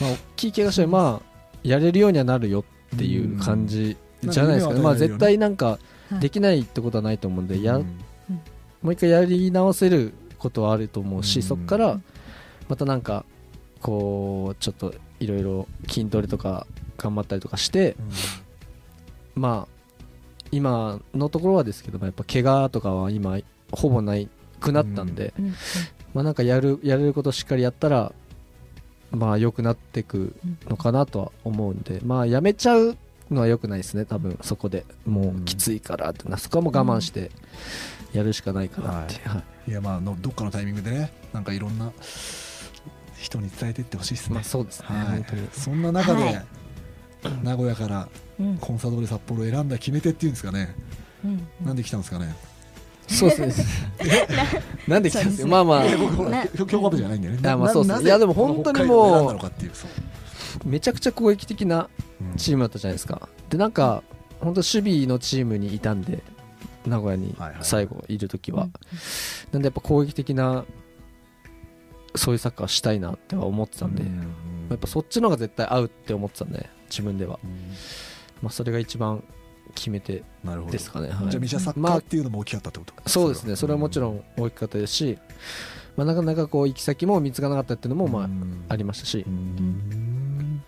[SPEAKER 4] まあ大きい怪我してまあやれるようにはなるよっていう感じじゃないですかね
[SPEAKER 2] うん
[SPEAKER 4] まあ
[SPEAKER 2] なんか夢
[SPEAKER 4] 絶
[SPEAKER 2] は与え
[SPEAKER 4] 対なんか
[SPEAKER 3] はい
[SPEAKER 4] できないってことはないと思うんでや
[SPEAKER 2] う
[SPEAKER 4] も
[SPEAKER 2] ん
[SPEAKER 4] う一回やり直せることはあると思う
[SPEAKER 2] うん
[SPEAKER 4] しそこからまたなんかこうちょっといろいろ筋トレとか頑張ったりとかしてまあ今のところはですけどもやっぱ怪我とかは今ほぼないくなったんで、
[SPEAKER 3] うんうん
[SPEAKER 4] まあなんかやるやれることをしっかりやったらまあ良くなってくのかなとは思うんでまあやめちゃうのは良くないですね多分そこでもうきついからってなそこはもう我慢してやるしかないかなって、はい
[SPEAKER 2] いやまあのどっかのタイミングでねなんかいろんな人に伝えていってほしいですね、
[SPEAKER 4] まあそうですね、
[SPEAKER 2] は
[SPEAKER 4] 本
[SPEAKER 2] い
[SPEAKER 4] 当に、
[SPEAKER 2] そんな中で、
[SPEAKER 3] はい
[SPEAKER 2] 名古屋から
[SPEAKER 3] うん
[SPEAKER 2] コンサドーレ札幌を選んだ決め手っていうんですかね、
[SPEAKER 3] うん
[SPEAKER 2] なんで来たんですかね
[SPEAKER 4] そうですね なんで来たんですよまあまあ
[SPEAKER 2] いや僕ほら
[SPEAKER 3] ね
[SPEAKER 2] 強化部じゃないんだよね
[SPEAKER 4] あまあそうっすね
[SPEAKER 2] ななぜ
[SPEAKER 4] いやでも本当にもう
[SPEAKER 2] この北海道を選んだのかっていうそう
[SPEAKER 4] めちゃくちゃ攻撃的な
[SPEAKER 2] うん
[SPEAKER 4] チームだったじゃないですかでなんか本当守備のチームにいたんで名古屋に
[SPEAKER 2] はいはい
[SPEAKER 4] 最後いる時は、なんでやっぱ攻撃的なそういうサッカーしたいなっては思ってたんで、
[SPEAKER 2] うん
[SPEAKER 4] やっぱそっちの方が絶対合うって思ってたんで自分では、
[SPEAKER 2] うん
[SPEAKER 4] まあ、それが一番決め手
[SPEAKER 2] なるほど
[SPEAKER 4] ですかね、はい
[SPEAKER 2] じゃあミシャサッ
[SPEAKER 4] ま
[SPEAKER 2] カー
[SPEAKER 4] あ
[SPEAKER 2] っていうのも大きかったってこと
[SPEAKER 4] そうですねそれはもちろん大きかったですし、まあ、なかなかこう行き先も見つからなかったっていうのもまあありましたし
[SPEAKER 2] う、ん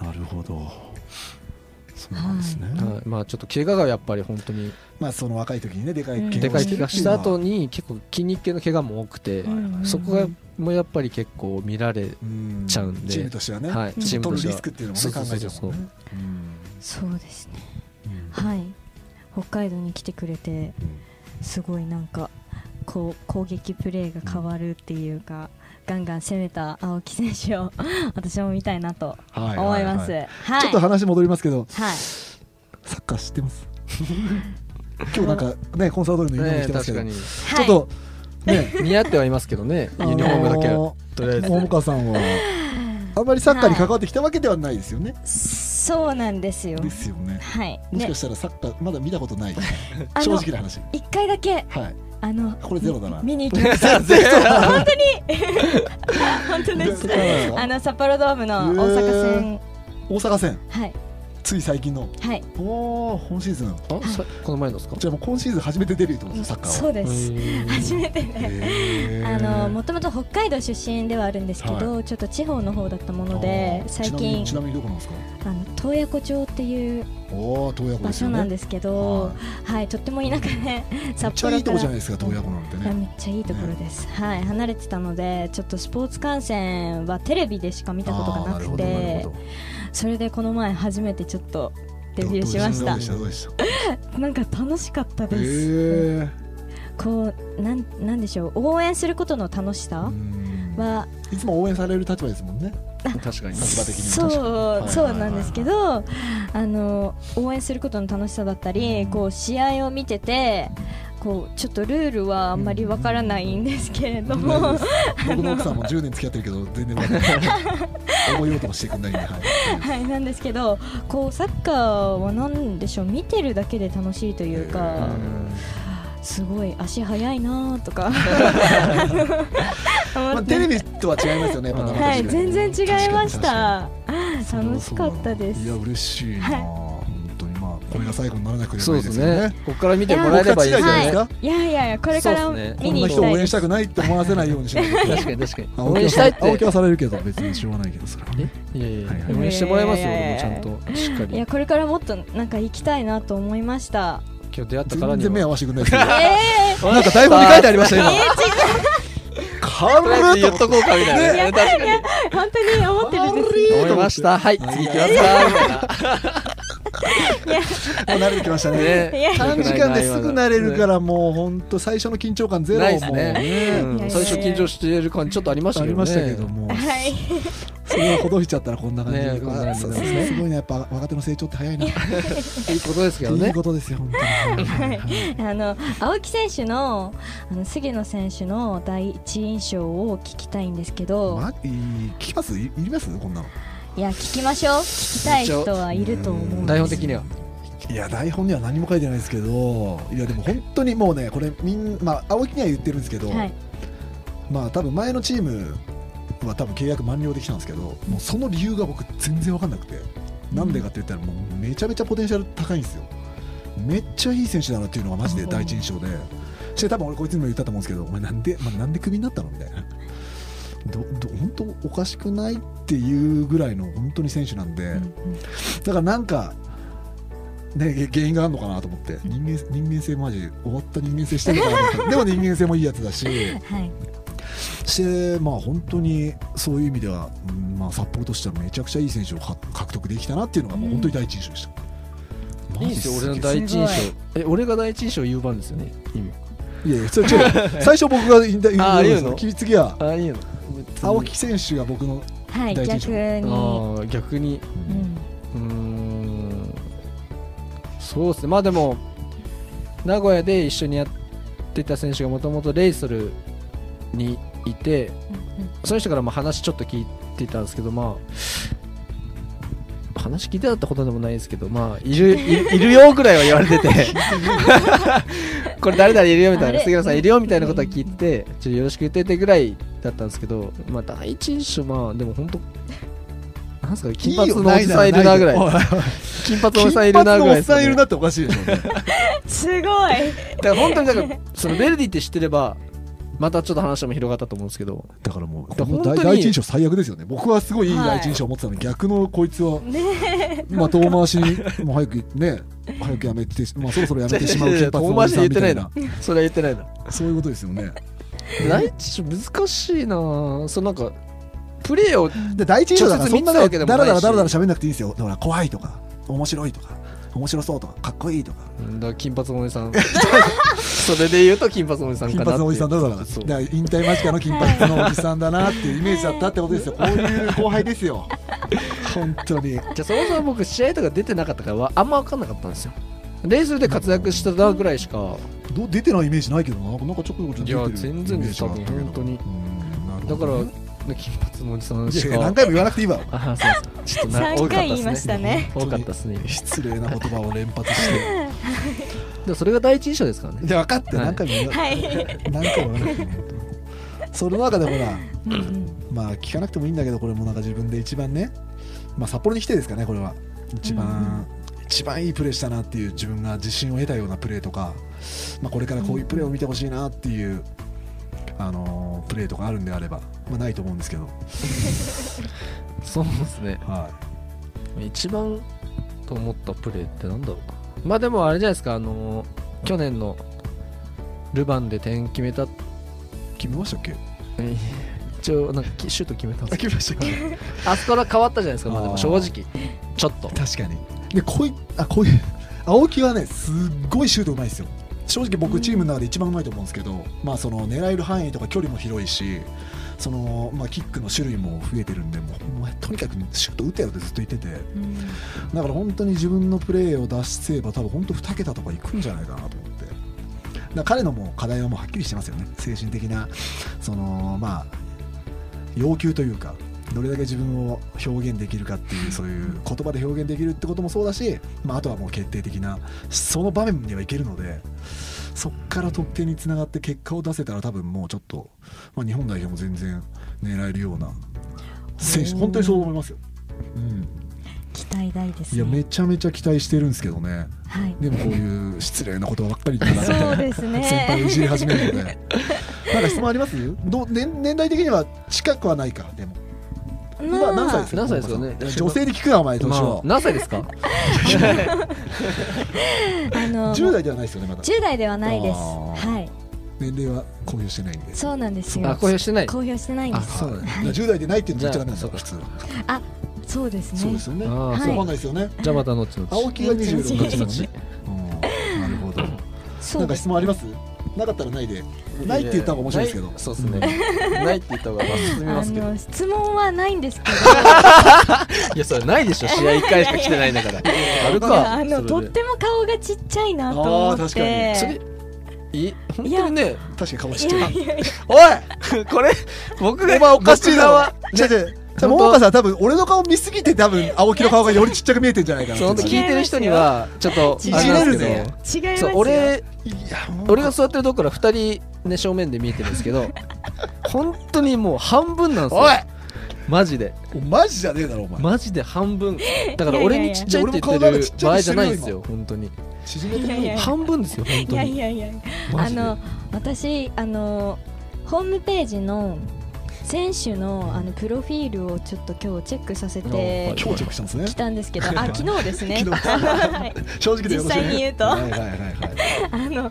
[SPEAKER 2] なるほどそうなんですね、
[SPEAKER 4] はいまあ、ちょっと怪我がやっぱり本当に
[SPEAKER 2] まあその若い時にねでかい
[SPEAKER 3] うん
[SPEAKER 4] でかい怪我した後
[SPEAKER 2] に
[SPEAKER 4] に結構筋肉系の怪我も多くて、
[SPEAKER 3] うんうんうん
[SPEAKER 4] そこがもうやっぱり結構見られちゃうんで
[SPEAKER 2] チームとしてはね、ち
[SPEAKER 4] はい
[SPEAKER 2] ょっと
[SPEAKER 4] チームと
[SPEAKER 2] 取
[SPEAKER 4] して
[SPEAKER 2] る
[SPEAKER 4] は
[SPEAKER 2] リスクっていうのも
[SPEAKER 4] そ
[SPEAKER 2] ね
[SPEAKER 4] う
[SPEAKER 2] 考
[SPEAKER 4] そうそ
[SPEAKER 2] え
[SPEAKER 4] う
[SPEAKER 2] ちゃ
[SPEAKER 4] そう
[SPEAKER 2] うもんねうん
[SPEAKER 3] そうですね
[SPEAKER 2] うん
[SPEAKER 3] はい北海道に来てくれてすごいなんかこう攻撃プレーが変わるっていうか、ガンガン攻めた青木選手を 私も見たいなと
[SPEAKER 2] は
[SPEAKER 3] 思います。
[SPEAKER 2] は
[SPEAKER 3] は
[SPEAKER 2] はちょっ
[SPEAKER 3] い
[SPEAKER 2] と話戻りますけど
[SPEAKER 3] はい、
[SPEAKER 2] サッカー知ってます 今日なんかねコンサートでのユニフォーム着て
[SPEAKER 4] ね
[SPEAKER 2] ますけ
[SPEAKER 4] 確
[SPEAKER 2] ど、
[SPEAKER 4] かに
[SPEAKER 2] ちょっとね
[SPEAKER 4] 似合ってはいますけどねユニフォームだけ
[SPEAKER 2] あ
[SPEAKER 4] は
[SPEAKER 2] の
[SPEAKER 4] とりあえず
[SPEAKER 2] 桃川さん はあんまりサッカーに関わってきたわけではないですよね、
[SPEAKER 3] そうなんですよ。
[SPEAKER 2] ですよね
[SPEAKER 3] はい、
[SPEAKER 2] もし
[SPEAKER 3] ね
[SPEAKER 2] か、したらサッカーまだ見たことない
[SPEAKER 3] あ
[SPEAKER 2] 正
[SPEAKER 3] の
[SPEAKER 2] 直な話
[SPEAKER 3] 一回だけ、
[SPEAKER 2] はい
[SPEAKER 3] あの、
[SPEAKER 2] これゼロだな
[SPEAKER 3] 見に行き ました。本当に。本当
[SPEAKER 2] そ
[SPEAKER 3] で
[SPEAKER 2] う
[SPEAKER 3] す。
[SPEAKER 2] なんですか
[SPEAKER 3] あの札幌ドームの大阪戦、
[SPEAKER 2] 大阪戦
[SPEAKER 3] はい、
[SPEAKER 2] つい最近の
[SPEAKER 3] はい、
[SPEAKER 2] おお今シーズン
[SPEAKER 4] あさこの前のですか
[SPEAKER 2] じゃあもう今シーズン初めて出るってことですよサッカーは
[SPEAKER 3] そうです。初めてね。
[SPEAKER 2] へー
[SPEAKER 3] あのもともと北海道出身ではあるんですけど、ちょっと地方の方だったもので
[SPEAKER 2] あー
[SPEAKER 3] 最近
[SPEAKER 2] ちなみにちなみにどこなんですか
[SPEAKER 3] あの洞爺湖町っていう
[SPEAKER 2] おお洞爺湖
[SPEAKER 3] 場
[SPEAKER 2] です
[SPEAKER 3] 所
[SPEAKER 2] よね
[SPEAKER 3] なんですけど
[SPEAKER 2] はい
[SPEAKER 3] はい、とっても田舎で
[SPEAKER 2] めっ
[SPEAKER 3] 札
[SPEAKER 2] ちゃい
[SPEAKER 3] 幌
[SPEAKER 2] い
[SPEAKER 3] か
[SPEAKER 2] と
[SPEAKER 3] ら
[SPEAKER 2] こじゃないですか洞爺湖なんて
[SPEAKER 3] いや
[SPEAKER 2] ね
[SPEAKER 3] めっちゃいいところです、はい離れてたのでちょっとスポーツ観戦はテレビでしか見たことがな
[SPEAKER 2] あーる
[SPEAKER 3] く
[SPEAKER 2] ほどなる
[SPEAKER 3] て
[SPEAKER 2] ほど
[SPEAKER 3] それでこの前初めてちょっとデビューしまし
[SPEAKER 2] ど
[SPEAKER 3] た
[SPEAKER 2] うでしたどうでした
[SPEAKER 3] なんか楽しかった
[SPEAKER 2] へ
[SPEAKER 3] です、
[SPEAKER 2] ー
[SPEAKER 3] こうなんなんでしょう応援することの楽し
[SPEAKER 2] う
[SPEAKER 3] さ
[SPEAKER 2] ん
[SPEAKER 3] は、
[SPEAKER 2] いつも応援される立場ですもんね
[SPEAKER 4] 確かに
[SPEAKER 2] 立場的に
[SPEAKER 3] そう
[SPEAKER 2] 確かにはい
[SPEAKER 3] そうなんですけどあの応援することの楽しさだったりこう試合を見ててこうちょっとルールはあんまりわからないんですけれども、
[SPEAKER 2] 僕の奥さんも10年付き合ってるけど全然わかんない 思いようともしてくんないんではい
[SPEAKER 3] はい、なんですけどこうサッカーは何でしょう見てるだけで楽しいというかすごい足速いなと か
[SPEAKER 2] ま
[SPEAKER 3] 思
[SPEAKER 2] あ
[SPEAKER 3] って
[SPEAKER 2] テレビとは違いますよねやっぱ生
[SPEAKER 3] は
[SPEAKER 2] で見
[SPEAKER 3] い
[SPEAKER 2] るの
[SPEAKER 3] 全然違いました
[SPEAKER 2] 確かに
[SPEAKER 3] 楽しかったです
[SPEAKER 2] いや嬉しいな
[SPEAKER 3] はい
[SPEAKER 2] 本当にまあこれが最後にならなくて
[SPEAKER 4] そ
[SPEAKER 2] も
[SPEAKER 4] う
[SPEAKER 2] いい
[SPEAKER 4] で
[SPEAKER 2] ですすよね
[SPEAKER 4] ねここから見てもらえればいいですよ
[SPEAKER 2] はい
[SPEAKER 4] ね
[SPEAKER 2] こ
[SPEAKER 3] いやいやいやこれから
[SPEAKER 4] そうですね
[SPEAKER 3] 見
[SPEAKER 2] ん
[SPEAKER 3] に
[SPEAKER 2] な
[SPEAKER 3] 行
[SPEAKER 2] 人
[SPEAKER 3] きた
[SPEAKER 2] を
[SPEAKER 3] い
[SPEAKER 2] 応
[SPEAKER 3] で
[SPEAKER 2] 援し
[SPEAKER 3] す
[SPEAKER 2] たくないって思わせないようにしないと
[SPEAKER 4] 確かに確かに
[SPEAKER 2] 青
[SPEAKER 4] 応
[SPEAKER 2] 木は
[SPEAKER 4] 援したいって
[SPEAKER 2] 青木はされるけど別にしょうがないけどそれはね
[SPEAKER 4] いやいやいや
[SPEAKER 2] はい
[SPEAKER 4] 応援してもらいますよ
[SPEAKER 3] いやいやいや
[SPEAKER 4] 俺もちゃんとしっか
[SPEAKER 3] いや
[SPEAKER 4] り
[SPEAKER 3] これからもっとなんか行きたいなと思いま した
[SPEAKER 4] 今日出会ったから
[SPEAKER 2] 全
[SPEAKER 4] に
[SPEAKER 2] 然目合
[SPEAKER 4] は
[SPEAKER 2] わせてくれないです
[SPEAKER 3] え
[SPEAKER 2] けどなんか台本に書いてありました今
[SPEAKER 3] ー、えー、違う
[SPEAKER 2] か
[SPEAKER 4] とりあえず言っとこうかみたいな、ね、確かに
[SPEAKER 3] 本当に思ってるんです
[SPEAKER 2] 軽い
[SPEAKER 4] 思いましたは
[SPEAKER 2] は
[SPEAKER 4] い
[SPEAKER 2] い
[SPEAKER 4] 次行きますかみたいな
[SPEAKER 2] もう慣れてきましたね
[SPEAKER 3] いや
[SPEAKER 4] ね
[SPEAKER 2] 短時間ですぐ慣れるからもう本当最初の緊張感ゼロ
[SPEAKER 4] ないです
[SPEAKER 2] も
[SPEAKER 4] ね
[SPEAKER 3] いやいやいや
[SPEAKER 4] 最初緊張してる感じちょっとありました
[SPEAKER 2] あ
[SPEAKER 4] け
[SPEAKER 2] り
[SPEAKER 4] どね
[SPEAKER 2] ましたけども、
[SPEAKER 3] はい
[SPEAKER 2] それをほどいちゃったらこんな感じで、
[SPEAKER 4] ねこんな感じ
[SPEAKER 2] あそ
[SPEAKER 4] で
[SPEAKER 2] うですねすごいねやっぱ若手の成長って早いな、
[SPEAKER 4] いいことですけど
[SPEAKER 2] いい
[SPEAKER 4] ね
[SPEAKER 2] ことですよ本当に、
[SPEAKER 3] はい あの青木選手のあの杉野選手の第一印象を聞きたいんですけど、
[SPEAKER 2] ま、いい聞きますいいりますこんなの
[SPEAKER 3] いや聞きましょう聞きたい人はいると思うんです
[SPEAKER 2] うん
[SPEAKER 4] 台本的にはい
[SPEAKER 2] や台本には何も書いてないですけどいやでも本当にもうねこれみんまあ青木には言ってるんですけど、
[SPEAKER 3] はい
[SPEAKER 2] まあ多分前のチームは多分契約満了できたんですけどもうその理由が僕全然分かんなくてなんでかって言ったらもうめちゃめちゃポテンシャル高いんですよめっちゃいい選手だなっていうのがマジで第一印象でして多分俺こいつにも言ったと思うんですけどお前なんで、まあ、なんでクビになったのみたいなどど本当おかしくないっていうぐらいの本当に選手なんで、だからなんか、ね、げ原因があるのかなと思って人間人間性マジ終わった人間性してるのかなと思ってでも人間性もいいやつだし
[SPEAKER 3] はい
[SPEAKER 2] して、まあ、本当にそういう意味では、うんまあ、札幌としてはめちゃくちゃいい選手をか獲得できたなっていうのがもう本当に第一印象でした。
[SPEAKER 4] いいですよ俺の
[SPEAKER 2] 大
[SPEAKER 4] 第一印象
[SPEAKER 3] す
[SPEAKER 4] え俺が第一印象言う番ですよね意味
[SPEAKER 2] いやいやそれ違う 最初僕が言いたい
[SPEAKER 4] あー
[SPEAKER 2] 言う
[SPEAKER 4] 言うの
[SPEAKER 2] の次は
[SPEAKER 4] ああいいの
[SPEAKER 2] 青木選手が僕の
[SPEAKER 3] はい
[SPEAKER 2] 第一印象
[SPEAKER 3] 逆に、
[SPEAKER 4] あー逆に
[SPEAKER 3] うん
[SPEAKER 4] うーんそうですねまあでも名古屋で一緒にやってた選手がもともとレイソルにいてその人からも話ちょっと聞いてたんですけどまあ話聞いてたってことでもないですけどまあいるいいるよぐらいは言われててこれ誰々いるよみたい
[SPEAKER 3] あ
[SPEAKER 4] な
[SPEAKER 3] れ
[SPEAKER 4] 杉浦さんいるよみたいなことは聞いてちょっとよろしく言っててぐらいだったんですけどまあ第一印象まあでも本当なんですかね金髪のおじさんいるなぐらい
[SPEAKER 2] おお
[SPEAKER 4] 金髪
[SPEAKER 2] 金
[SPEAKER 4] のおじさん
[SPEAKER 2] 髪
[SPEAKER 4] いるなぐ
[SPEAKER 2] のお
[SPEAKER 4] らい
[SPEAKER 2] っ
[SPEAKER 4] ですか
[SPEAKER 2] さ
[SPEAKER 4] ね、
[SPEAKER 2] んいるなっておかしいでしょうね
[SPEAKER 3] すごい
[SPEAKER 4] だから本当になんかそのベルディって知ってればまたちょっと話も広がったと思うんですけど
[SPEAKER 2] だからもうこ
[SPEAKER 4] だから
[SPEAKER 2] の
[SPEAKER 4] 本当に
[SPEAKER 2] 第第一印象最悪ですよね僕はすごいいい第一印象を持ってたのに、逆のこいつは、まあ、遠回しにもう早くね早くやめて、まあ、そろそろやめてしまう金髪
[SPEAKER 4] 遠
[SPEAKER 2] のお
[SPEAKER 4] 回
[SPEAKER 2] じ
[SPEAKER 4] し
[SPEAKER 2] さ
[SPEAKER 4] で
[SPEAKER 2] ん
[SPEAKER 4] 言
[SPEAKER 2] み
[SPEAKER 4] って
[SPEAKER 2] た
[SPEAKER 4] ないい
[SPEAKER 2] な
[SPEAKER 4] なそれは言ってないな
[SPEAKER 2] そういうことですよね
[SPEAKER 4] 第一印象難しいなぁそうなんかプレーを
[SPEAKER 2] で第一印象だからそんな
[SPEAKER 4] 直接見てた
[SPEAKER 2] ね
[SPEAKER 4] わけ
[SPEAKER 2] だ
[SPEAKER 4] で
[SPEAKER 2] ら
[SPEAKER 4] もな
[SPEAKER 2] だ
[SPEAKER 4] いし
[SPEAKER 2] らだらだら喋んなくていいですよだから怖いとか面白いとか面白そうとかかっこいいとか
[SPEAKER 4] うんだから金髪のおじさ んそれで言うと金髪のおじさん
[SPEAKER 2] 金
[SPEAKER 4] かなって
[SPEAKER 2] 髪のおじさんだからだか
[SPEAKER 4] そう
[SPEAKER 2] ら引退間近 の金髪のおじさんだなっていうイメージだったってことです よこういう後輩ですよ本当に
[SPEAKER 4] じゃあそもそも僕試合とか出てなかったからあんま分かんなかったんですよレイズで活躍してたぐらいしか
[SPEAKER 2] どう出てないイメージないけどななんかちょこちょこ出てる
[SPEAKER 4] いや全然です
[SPEAKER 2] イメージがあったけど
[SPEAKER 4] 多分本当に
[SPEAKER 2] うんなる
[SPEAKER 4] だ
[SPEAKER 2] ほ
[SPEAKER 4] から
[SPEAKER 2] どね
[SPEAKER 4] 金髪のおじさん
[SPEAKER 2] い
[SPEAKER 4] し
[SPEAKER 2] や
[SPEAKER 4] か
[SPEAKER 2] 何回も言わなくていいわ
[SPEAKER 4] ああそうですちょっとな
[SPEAKER 3] 3
[SPEAKER 4] 多か
[SPEAKER 3] 回
[SPEAKER 4] った
[SPEAKER 3] 言い
[SPEAKER 4] で
[SPEAKER 3] ますし
[SPEAKER 4] ね
[SPEAKER 3] たね
[SPEAKER 4] 多かったですね
[SPEAKER 2] 失礼な言葉を連発 して
[SPEAKER 4] でもそれが第一印象ですからね
[SPEAKER 2] で分かって
[SPEAKER 4] はい
[SPEAKER 2] 何回も言わ
[SPEAKER 3] はい
[SPEAKER 2] 何回も言わなくていい本当にその中でほら
[SPEAKER 3] うん
[SPEAKER 2] まあ聞かなくてもいいんだけどこれもなんか自分で一番ね、まあ、札幌に来てですかねこれは一番、一番いいプレーしたなっていう自分が自信を得たようなプレーとか、まあ、これからこういうプレーを見てほしいなっていう、あのープレーとかあるんであれば、まあ、ないと思うんですけど、
[SPEAKER 4] そうですね
[SPEAKER 2] は
[SPEAKER 4] 一番と思ったプレーってなんだろうなまあでもあれじゃないですかあのー去年のルヴァンで点決めた
[SPEAKER 2] い、決めましたっけ
[SPEAKER 4] 一応なんかきシュート決めたんですけ
[SPEAKER 2] 決めましたっけ
[SPEAKER 4] どあそこから変わったじゃないですか、まあ、で
[SPEAKER 2] あ
[SPEAKER 4] も
[SPEAKER 2] ー
[SPEAKER 4] 正直ちょっと
[SPEAKER 2] 確かにでこいあこう いう青木はねすっごいシュートうまいですよ正直僕チームの中で一番うまいと思うんですけど、まあその狙える範囲とか距離も広いしその、まあ、キックの種類も増えてるんでもうお前とにかくシュート打てよってずっと言ってて
[SPEAKER 3] うん
[SPEAKER 2] だから本当に自分のプレーを出せば多分本当2桁とかいくんじゃないかなと思ってだから彼のもう課題はもうはっきりしてますよね精神的なそのまあ要求というかどれだけ自分を表現できるかっていうそういう言葉で表現できるってこともそうだし、まあ、あとはもう決定的なその場面にはいけるのでそっから得点につながって結果を出せたら多分もうちょっと、まあ、日本代表も全然狙えるような選手
[SPEAKER 3] おー
[SPEAKER 2] 本当にそう思いますよ。うん
[SPEAKER 3] 期待大です
[SPEAKER 2] いや
[SPEAKER 3] ね
[SPEAKER 2] めちゃめちゃ期待してるんですけどね
[SPEAKER 3] はい
[SPEAKER 2] でもこういう失礼なことばっかり言ってな
[SPEAKER 3] そう
[SPEAKER 2] って
[SPEAKER 3] ですね
[SPEAKER 2] 先輩をいじり始めるのでなんか質問ありますどう年年代的には近くはないかでも今何歳ですか
[SPEAKER 4] 何歳ですかね
[SPEAKER 2] 本田さん女性に聞くなお前年
[SPEAKER 4] まあ
[SPEAKER 2] は、
[SPEAKER 4] 何歳です か
[SPEAKER 3] あの
[SPEAKER 2] 10代ではないですよねまだ
[SPEAKER 3] 10代ではないで
[SPEAKER 2] あ
[SPEAKER 3] す
[SPEAKER 2] ー
[SPEAKER 3] はい
[SPEAKER 2] で年齢は公表してないんで
[SPEAKER 3] そうなんですよ
[SPEAKER 4] あ公表してない
[SPEAKER 3] 公表してないんで
[SPEAKER 4] あ
[SPEAKER 3] す
[SPEAKER 4] そうだね
[SPEAKER 2] はい10代でないっていうのはどっちらなんです
[SPEAKER 4] じゃ
[SPEAKER 2] か
[SPEAKER 4] あ
[SPEAKER 2] 普通は
[SPEAKER 3] そうですね
[SPEAKER 2] そうですよね
[SPEAKER 4] あ
[SPEAKER 2] そう
[SPEAKER 4] ー
[SPEAKER 2] わ
[SPEAKER 4] そ
[SPEAKER 2] か
[SPEAKER 4] うん
[SPEAKER 2] ないですよね
[SPEAKER 4] じゃあまた後々
[SPEAKER 2] 青木が26
[SPEAKER 4] 後
[SPEAKER 2] です
[SPEAKER 4] 々
[SPEAKER 2] もんねうんなるほど
[SPEAKER 3] そ
[SPEAKER 2] な
[SPEAKER 3] うんで
[SPEAKER 2] か
[SPEAKER 3] す
[SPEAKER 2] 質問ありますなかったらないでないって言った方が面白いですけど
[SPEAKER 1] なそう ですね。ないって言った方がまあ進み
[SPEAKER 3] あ
[SPEAKER 1] ますけど。
[SPEAKER 3] の質問はないんですけど
[SPEAKER 4] いやそれないでしょ試合1回しか来てないんだからある
[SPEAKER 3] いや
[SPEAKER 4] か
[SPEAKER 3] あのと
[SPEAKER 4] そ
[SPEAKER 3] っ
[SPEAKER 4] れで
[SPEAKER 3] ても顔がちっちゃいなと思って
[SPEAKER 2] あー確か
[SPEAKER 4] それい本当にね
[SPEAKER 2] 確かに顔ちっちゃい
[SPEAKER 3] いやいやいや
[SPEAKER 4] おいこれ僕が
[SPEAKER 2] お前おかしい
[SPEAKER 4] 僕側
[SPEAKER 2] な違う違う
[SPEAKER 4] ちゃんと
[SPEAKER 2] 桃岡さん多分俺の顔見すぎて多分青木の顔がよりちっちゃく見えてんじゃないかな
[SPEAKER 4] その聞いてる人にはちょっと
[SPEAKER 3] 違い
[SPEAKER 4] あ
[SPEAKER 3] ます
[SPEAKER 4] れ
[SPEAKER 3] よ
[SPEAKER 4] なんですけど
[SPEAKER 2] いじれるね
[SPEAKER 3] 違います
[SPEAKER 4] そう
[SPEAKER 3] よ
[SPEAKER 4] 俺
[SPEAKER 2] いや
[SPEAKER 4] 俺が座ってるとこから2人ね正面で見えてるんですけど本当にもう半分なんですよ
[SPEAKER 2] おい
[SPEAKER 4] マジで
[SPEAKER 2] おマジじゃねえだろお前
[SPEAKER 4] マジで半分だから
[SPEAKER 3] いやいやいや
[SPEAKER 4] 俺にちっちゃいって言ってる場合じゃないんですよ本当に
[SPEAKER 2] 縮め
[SPEAKER 3] いやいや
[SPEAKER 4] 半分ですよ本
[SPEAKER 3] い
[SPEAKER 4] 当
[SPEAKER 3] やい
[SPEAKER 4] に
[SPEAKER 3] やいや
[SPEAKER 4] マ
[SPEAKER 3] あ
[SPEAKER 4] ジで
[SPEAKER 3] の私あのホームページの選手のあのプロフィールをちょっと今日チェックさせ
[SPEAKER 4] お
[SPEAKER 3] て
[SPEAKER 4] はい
[SPEAKER 2] 今日チェックしたんですね
[SPEAKER 3] きたんですけど、あ昨日ですね。
[SPEAKER 2] 昨日
[SPEAKER 3] はい
[SPEAKER 2] 正直でよろしいね
[SPEAKER 3] 実際に言うと
[SPEAKER 2] はいはいはい はい
[SPEAKER 3] あの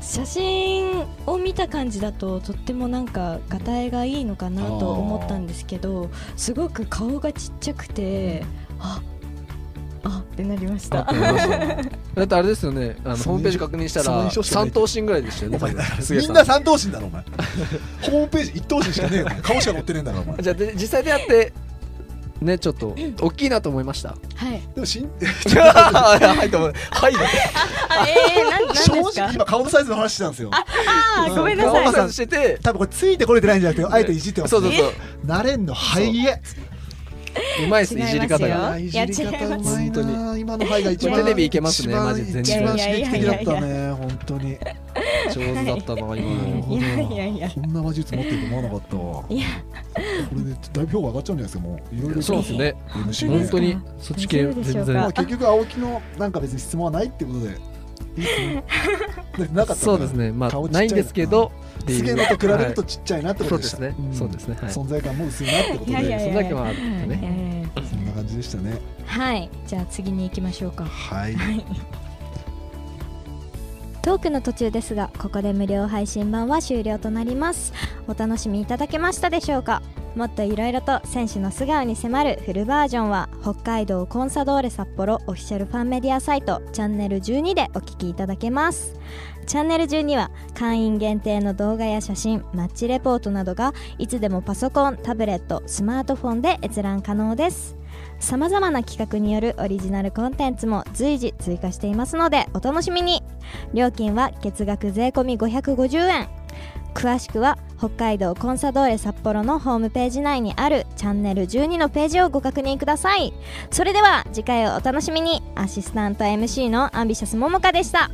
[SPEAKER 3] 写真を見た感じだととってもなんかがたいがいいのかなと思ったんですけどすごく顔がちっちゃくてああってなりました
[SPEAKER 4] あわかりま しただってあれですよねあの
[SPEAKER 2] その
[SPEAKER 4] ホームページ確認した
[SPEAKER 2] その
[SPEAKER 4] ら
[SPEAKER 2] 印象しかない
[SPEAKER 4] 3等身ぐらいでしたよね
[SPEAKER 2] お前だから
[SPEAKER 4] 杉
[SPEAKER 2] み
[SPEAKER 4] 谷
[SPEAKER 2] ん
[SPEAKER 4] さ
[SPEAKER 2] な三等身だろお前ホームページ一等身しかねえよお前顔しか載ってねえんだろお 前
[SPEAKER 4] じゃあで実際でやってねちょっと大きいなと思いました
[SPEAKER 3] はい
[SPEAKER 2] でもしん
[SPEAKER 4] はいと思うはい
[SPEAKER 3] あえー、なんなんです
[SPEAKER 2] 正
[SPEAKER 3] か
[SPEAKER 2] 直今顔のサイズの話してたんですよ
[SPEAKER 3] あーごめんな
[SPEAKER 4] 顔合
[SPEAKER 3] さ
[SPEAKER 4] わ
[SPEAKER 3] い
[SPEAKER 4] せしてて
[SPEAKER 2] 多分これついてこれてないんじゃなくてあえていじってます
[SPEAKER 4] そうそうそう
[SPEAKER 2] 慣れんのはいえ
[SPEAKER 4] うまいですいじり方
[SPEAKER 3] 違います
[SPEAKER 4] が
[SPEAKER 3] よ
[SPEAKER 2] あいじり方うまい
[SPEAKER 4] いや違います
[SPEAKER 2] な今のはいが一
[SPEAKER 3] い
[SPEAKER 2] 番
[SPEAKER 3] やテレ
[SPEAKER 4] ビいけますね
[SPEAKER 2] 一番
[SPEAKER 4] マジ全
[SPEAKER 2] 一
[SPEAKER 4] 然
[SPEAKER 2] 番刺激的だっ
[SPEAKER 3] いや
[SPEAKER 2] た
[SPEAKER 3] いや
[SPEAKER 2] ね本当に
[SPEAKER 4] 上手だったな今
[SPEAKER 2] なる
[SPEAKER 4] の
[SPEAKER 2] ほど
[SPEAKER 3] いやいやいや
[SPEAKER 2] こんな話術持ってると思わなかったわ
[SPEAKER 3] いや
[SPEAKER 2] これでだいぶ評価上がっちゃうんじゃないですかもういろいろ
[SPEAKER 4] そうですね
[SPEAKER 2] す
[SPEAKER 4] 本当に
[SPEAKER 3] 本
[SPEAKER 4] そっち系全
[SPEAKER 2] ま
[SPEAKER 4] 然
[SPEAKER 2] あ結局青木のなんか別に質問はないってことでいいっすねだってなかったから
[SPEAKER 4] そうですねま
[SPEAKER 2] 顔ちっち
[SPEAKER 4] あ
[SPEAKER 2] ゃ
[SPEAKER 4] ないんですけどっていう
[SPEAKER 2] すげえのと比べると
[SPEAKER 4] はい
[SPEAKER 2] ちっちゃいなってこ
[SPEAKER 4] そ
[SPEAKER 2] と
[SPEAKER 4] う
[SPEAKER 2] で
[SPEAKER 4] で
[SPEAKER 2] し
[SPEAKER 4] す
[SPEAKER 2] た
[SPEAKER 4] ね
[SPEAKER 2] ん
[SPEAKER 4] そうですねはいそ
[SPEAKER 2] 存在感も薄いなってこと
[SPEAKER 3] いやいやい
[SPEAKER 2] で
[SPEAKER 3] や
[SPEAKER 4] んだけもあるって
[SPEAKER 3] いや
[SPEAKER 4] ね
[SPEAKER 3] いやいや
[SPEAKER 2] そんな感じでしたね
[SPEAKER 3] はいじゃあ次に行きましょうか
[SPEAKER 2] はい
[SPEAKER 3] トークの途中ですがここで無料配信版は終了となりますお楽しみいただけましたでしょうかもっといろいろと選手の素顔に迫るフルバージョンは北海道コンサドーレ札幌オフィシャルファンメディアサイトチャンネル12でお聞きいただけますチャンネル12は会員限定の動画や写真マッチレポートなどがいつでもパソコンタブレットスマートフォンで閲覧可能ですさまざまな企画によるオリジナルコンテンツも随時追加していますのでお楽しみに料金は月額税込み550円詳しくは北海道コンサドーレ札幌のホームページ内にあるチャンネル12のページをご確認くださいそれでは次回をお楽しみにアシスタント MC のアンビシャスももかでした